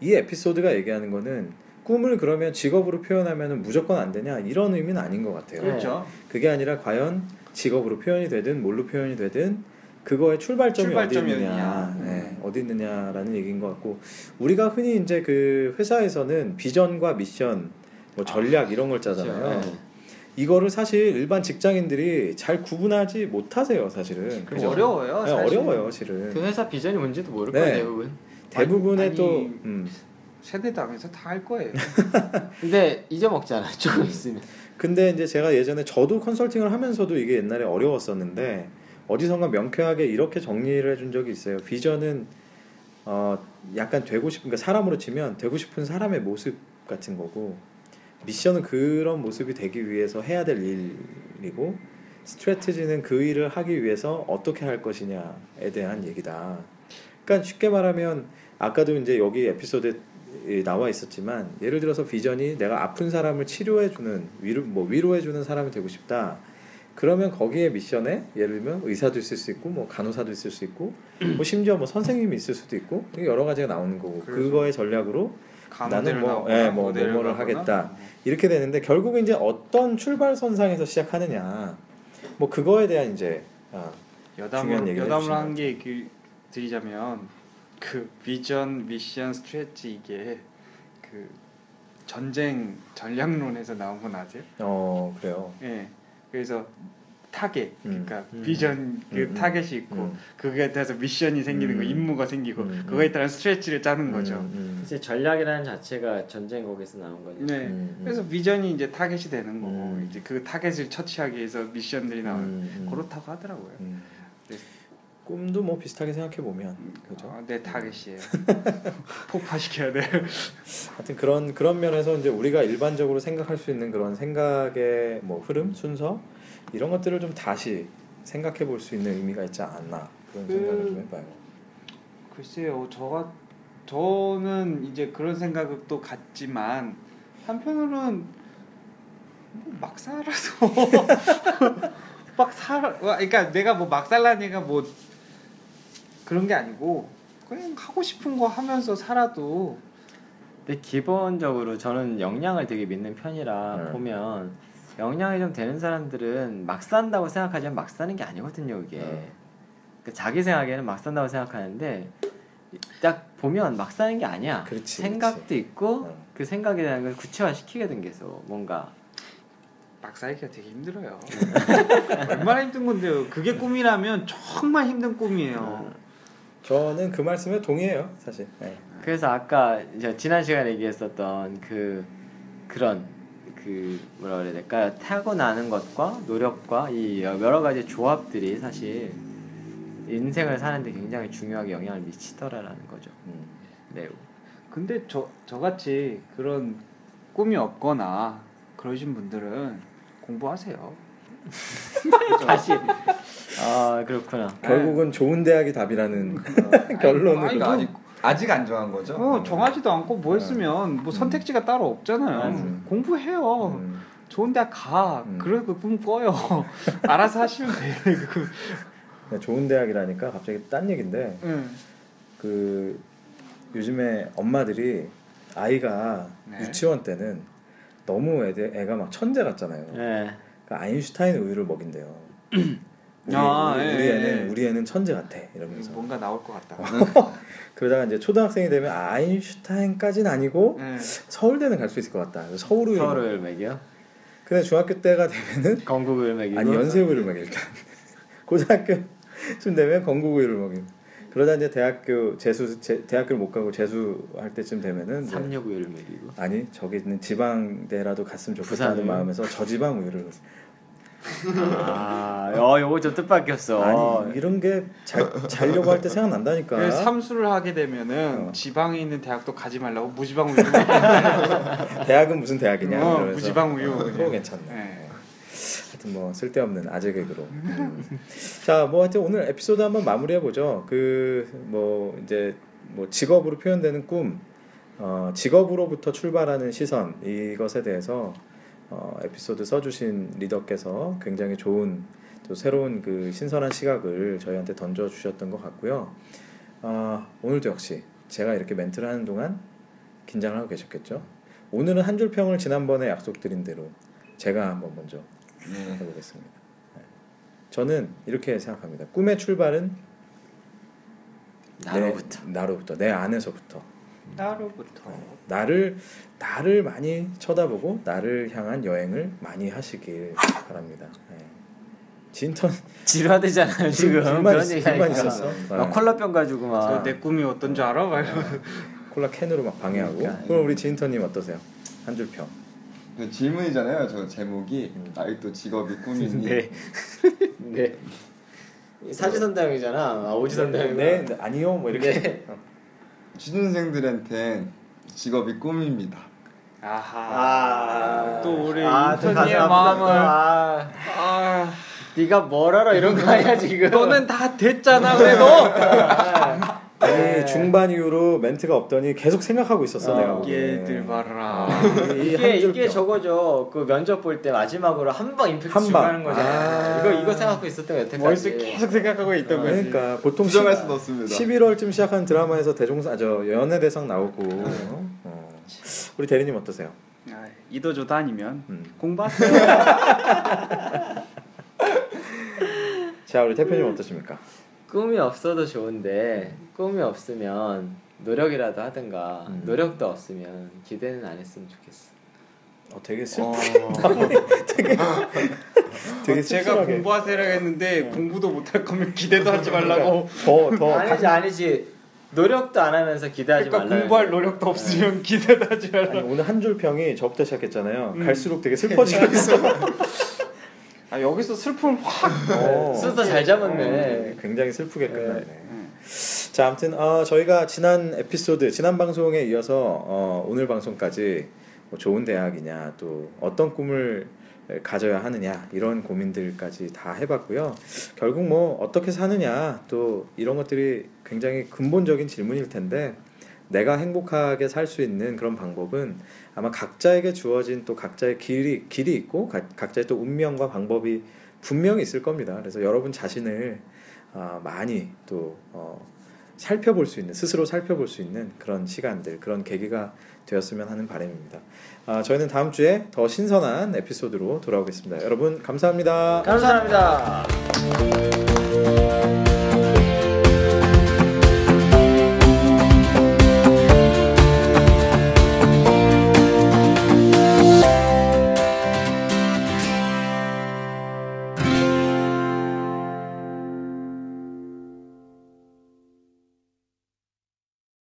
이 에피소드가 얘기하는 거는 꿈을 그러면 직업으로 표현하면 무조건 안 되냐 이런 의미는 아닌 것 같아요. 그렇죠. 네, 그게 아니라 과연 직업으로 표현이 되든 뭘로 표현이 되든 그거의 출발점이, 출발점이 어디 있느냐, 어디냐. 네, 어디 있느냐라는 얘기인 것 같고 우리가 흔히 이제 그 회사에서는 비전과 미션, 뭐 전략 이런 걸 짜잖아요. 그렇죠. 네. 이거를 사실 일반 직장인들이 잘 구분하지 못하세요, 사실은. 그럼 어려워요 네, 사실. 어려워요, 실은. 그 회사 비전이 뭔지도 모를 네. 거예요 대부분. 대부분의 아니, 또 음. 세대당에서 다 할 거예요 근데 잊어먹잖아 조금 있으면. 근데 이제 제가 예전에 저도 컨설팅을 하면서도 이게 옛날에 어려웠었는데 어디선가 명쾌하게 이렇게 정리를 해준 적이 있어요. 비전은 어 약간 되고 싶은 그러니까 사람으로 치면 되고 싶은 사람의 모습 같은 거고 미션은 그런 모습이 되기 위해서 해야 될 일이고 스트레티지는 그 일을 하기 위해서 어떻게 할 것이냐에 대한 얘기다. 그러니까 쉽게 말하면 아까도 이제 여기 에피소드에 이- 나와 있었지만 예를 들어서 비전이 내가 아픈 사람을 치료해 주는 위로 뭐 위로해 주는 사람이 되고 싶다. 그러면 거기에 미션에 예를 들면 의사도 있을 수 있고 뭐 간호사도 있을 수 있고 뭐 심지어 뭐 선생님이 있을 수도 있고 되게 여러 가지가 나오는 거고 그래서 그거의 전략으로 나는 가모델을 뭐, 나오거나 예, 뭐 모델을 뭐뭐를 가거나. 하겠다. 이렇게 되는데 결국 이제 어떤 출발선상에서 시작하느냐 뭐 그거에 대한 이제 아, 중요한 여담을 얘기를 여담을 해주시네요. 한게 얘기 드리자면 그 비전, 미션, 스트레치 이게 그 전쟁 전략론에서 나온 건 아세요? 어 그래요. 예. 그래서 타겟 음. 그러니까 음. 비전 그 음, 음. 타겟이 있고 음. 그거에 따라서 미션이 생기는 음. 거 임무가 생기고 음, 음. 그거에 따른 스트레치를 짜는 거죠. 음, 사실 전략이라는 자체가 전쟁 거기서 나온 거니까. 음, 네. 음, 그래서 비전이 이제 타겟이 되는 거고 음. 이제 그 타겟을 처치하기 위해서 미션들이 나오는 음, 음. 그렇다고 하더라고요. 음. 그래서- 꿈도 뭐 비슷하게 생각해 보면 음, 그죠. 아, 내 타겟이에요. 폭파시켜야 돼. 네. 하여튼 그런 그런 면에서 이제 우리가 일반적으로 생각할 수 있는 그런 생각의 뭐 흐름 순서 이런 것들을 좀 다시 생각해 볼 수 있는 의미가 있지 않나 그런 생각을 좀 해봐요. 글쎄요, 저가 저는 이제 그런 생각을 또 갖지만 한편으로는 뭐막 살아서 막 살아, 와, 그러니까 내가 뭐 막 살라니까 뭐 그런 게 아니고 그냥 하고 싶은 거 하면서 살아도 근데 기본적으로 저는 역량을 되게 믿는 편이라 네. 보면 역량이 좀 되는 사람들은 막 산다고 생각하지만 막 사는 게 아니거든요 이게 네. 그러니까 자기 생각에는 막 산다고 생각하는데 딱 보면 막 사는 게 아니야. 그렇지, 생각도 있고 어. 그 생각에 대한 걸 구체화시키거든 계속 뭔가 막 살기가 되게 힘들어요. 얼마나 힘든 건데요. 그게 꿈이라면 정말 힘든 꿈이에요. 저는 그 말씀에 동의해요, 사실. 네. 그래서 아까 이제 지난 시간에 얘기했었던 그 그런 그 뭐라 그래야 될까 타고나는 것과 노력과 이 여러 가지 조합들이 사실 인생을 사는데 굉장히 중요하게 영향을 미치더라라는 거죠. 네. 근데 저 저같이 그런 꿈이 없거나 그러신 분들은 공부하세요. 어. 다시 아 그렇구나. 결국은 좋은 대학이 답이라는 그 결론으로. 그러니까 아직 아직 안 정한 거죠? 어, 정하지도 않고 뭐 했으면 뭐 선택지가 따로 없잖아요. 음. 공부해요. 음. 좋은 대학 가. 음. 그리고 꿈 꿔요. 알아서 하시면 돼. 그 네, 좋은 대학이라니까 갑자기 딴 얘긴데 음. 그 요즘에 엄마들이 아이가 네. 유치원 때는 너무 애들, 애가 막 천재 같잖아요. 네. 그러니까 아인슈타인 우유를 먹인대요. 우리, 아, 우리, 예, 우리 애는 예. 음, 뭐. 우리 애는 천재 같아 이러면서 네. 뭔가 나올 것 같다. 네. 그러다가 이제 초등학생이 되면 아인슈타인까지는 아니고 음. 서울대는 갈 수 있을 것 같다. 그래서 서울 우유. 먹- 서울을 매겨 근데 중학교 때가 되면은 건국을 매기고 아니 연세 우유를 먹여 일단 고등학교쯤 되면 건국 우유를 먹임. 그러다 이제 대학교 재수 제- 대학교를 못 가고 재수할 때쯤 되면은 이제 삼육우유를 매기고 아니 저기 있는 지방대라도 갔으면 좋겠다는 부산을? 마음에서 저지방 우유를 아, 어, 요거 좀 뜻밖이었어. 아니 이런 게 잘, 자려고 할 때 생각난다니까 예, 삼수를 하게 되면은 어. 지방에 있는 대학도 가지 말라고 무지방 우유. 대학은 무슨 대학이냐 어, 그러면서. 무지방 우유. 어, 그거 그냥. 괜찮네 예. 하여튼 뭐 쓸데없는 아재 개그로 음. 자뭐 하여튼 오늘 에피소드 한번 마무리해 보죠 그 뭐 이제 뭐 직업으로 표현되는 꿈 어, 직업으로부터 출발하는 시선 이것에 대해서 어, 에피소드 써주신 리더께서 굉장히 좋은 또 새로운 그 신선한 시각을 저희한테 던져 주셨던 것 같고요 아, 오늘도 역시 제가 이렇게 멘트를 하는 동안 긴장을 하고 계셨겠죠 오늘은 한 줄 평을 지난번에 약속드린 대로 제가 한번 먼저 네. 해보겠습니다. 네. 저는 이렇게 생각합니다. 꿈의 출발은 네. 나로부터. 내, 나로부터 내 안에서부터 따로부터. 나를 나를 많이 쳐다보고 나를 향한 여행을 많이 하시길 바랍니다. 네. 진턴 지루하대잖아요 지금 불만 그런 있, 얘기하니까. 불만 있었어. 막 네. 콜라병 가지고 저 막. 내 꿈이 어떤 줄 알아? 막 이러면서. 콜라 캔으로 막 방해하고. 그러니까. 그럼 우리 진턴님 어떠세요? 한 줄 평. 근데 그 질문이잖아요. 저 제목이 아직도 직업이 꿈이니. 네. 네. 사지선다형이잖아. 아, 오지선다형. 네, 네, 아니요 뭐 이렇게. 어. 취준생들한텐 직업이 꿈입니다. 아. 아. 아하. 또 우리 또 인턴의 가슴 아프다, 또. 마음을. 아, 아, 네가 뭘 알아 이런 거 아니야 지금. 너는 다 됐잖아 그래도. 아, 네. 아니 중반 이후로 멘트가 없더니 계속 생각하고 있었어 아, 내가. 보기엔. 예. 얘들 봐라. 아, 이- 이한 이게 줄 이게 평. 저거죠. 그 면접 볼 때 마지막으로 한 방 임팩트 한 주고 방. 하는 거잖아. 아. 이거 이거 생각하고 있었던 거 여태까지. 머릿속에 계속 생각하고 있던 거지. 그러니까 보통 부정할 시- 수는 없습니다. 11월쯤 시작한 드라마에서 대종사 아, 저 연예대상 나오고 어. 우리 대리님 어떠세요? 아, 이도저도 아니면 음. 공부하세요. 자 우리 대표님 어떠십니까? 꿈이 없어도 좋은데 꿈이 없으면 노력이라도 하든가 음. 노력도 없으면 기대는 안 했으면 좋겠어. 어 되게 슬 어, 되게 아, 제가 씁쓸하게. 공부하세요 했는데 공부도 못할 거면 네. 기대도 하지 말라고. 더더 아니지 아니지 노력도 안 하면서 기대하지 어, 그러니까 말라. 공부할 노력도 없으면 기대도 하지 아니, 말라고. 오늘 한 줄 평이 저부터 시작했잖아요. 음. 갈수록 되게 슬퍼지고 있어. 아 여기서 슬픔을 확. 어. 순서 네. 잘 잡았네. 어. 굉장히 슬프게 끝났네. 자, 아무튼 어, 저희가 지난 에피소드, 지난 방송에 이어서 어, 오늘 방송까지 뭐 좋은 대학이냐, 또 어떤 꿈을 가져야 하느냐 이런 고민들까지 다 해봤고요. 결국 뭐 어떻게 사느냐 또 이런 것들이 굉장히 근본적인 질문일 텐데 내가 행복하게 살 수 있는 그런 방법은 아마 각자에게 주어진 또 각자의 길이 길이 있고 가- 각자의 또 운명과 방법이 분명히 있을 겁니다. 그래서 여러분 자신을 아, 많이 또 어, 살펴볼 수 있는 스스로 살펴볼 수 있는 그런 시간들 그런 계기가 되었으면 하는 바람입니다. 아, 저희는 다음 주에 더 신선한 에피소드로 돌아오겠습니다. 여러분 감사합니다. 감사합니다.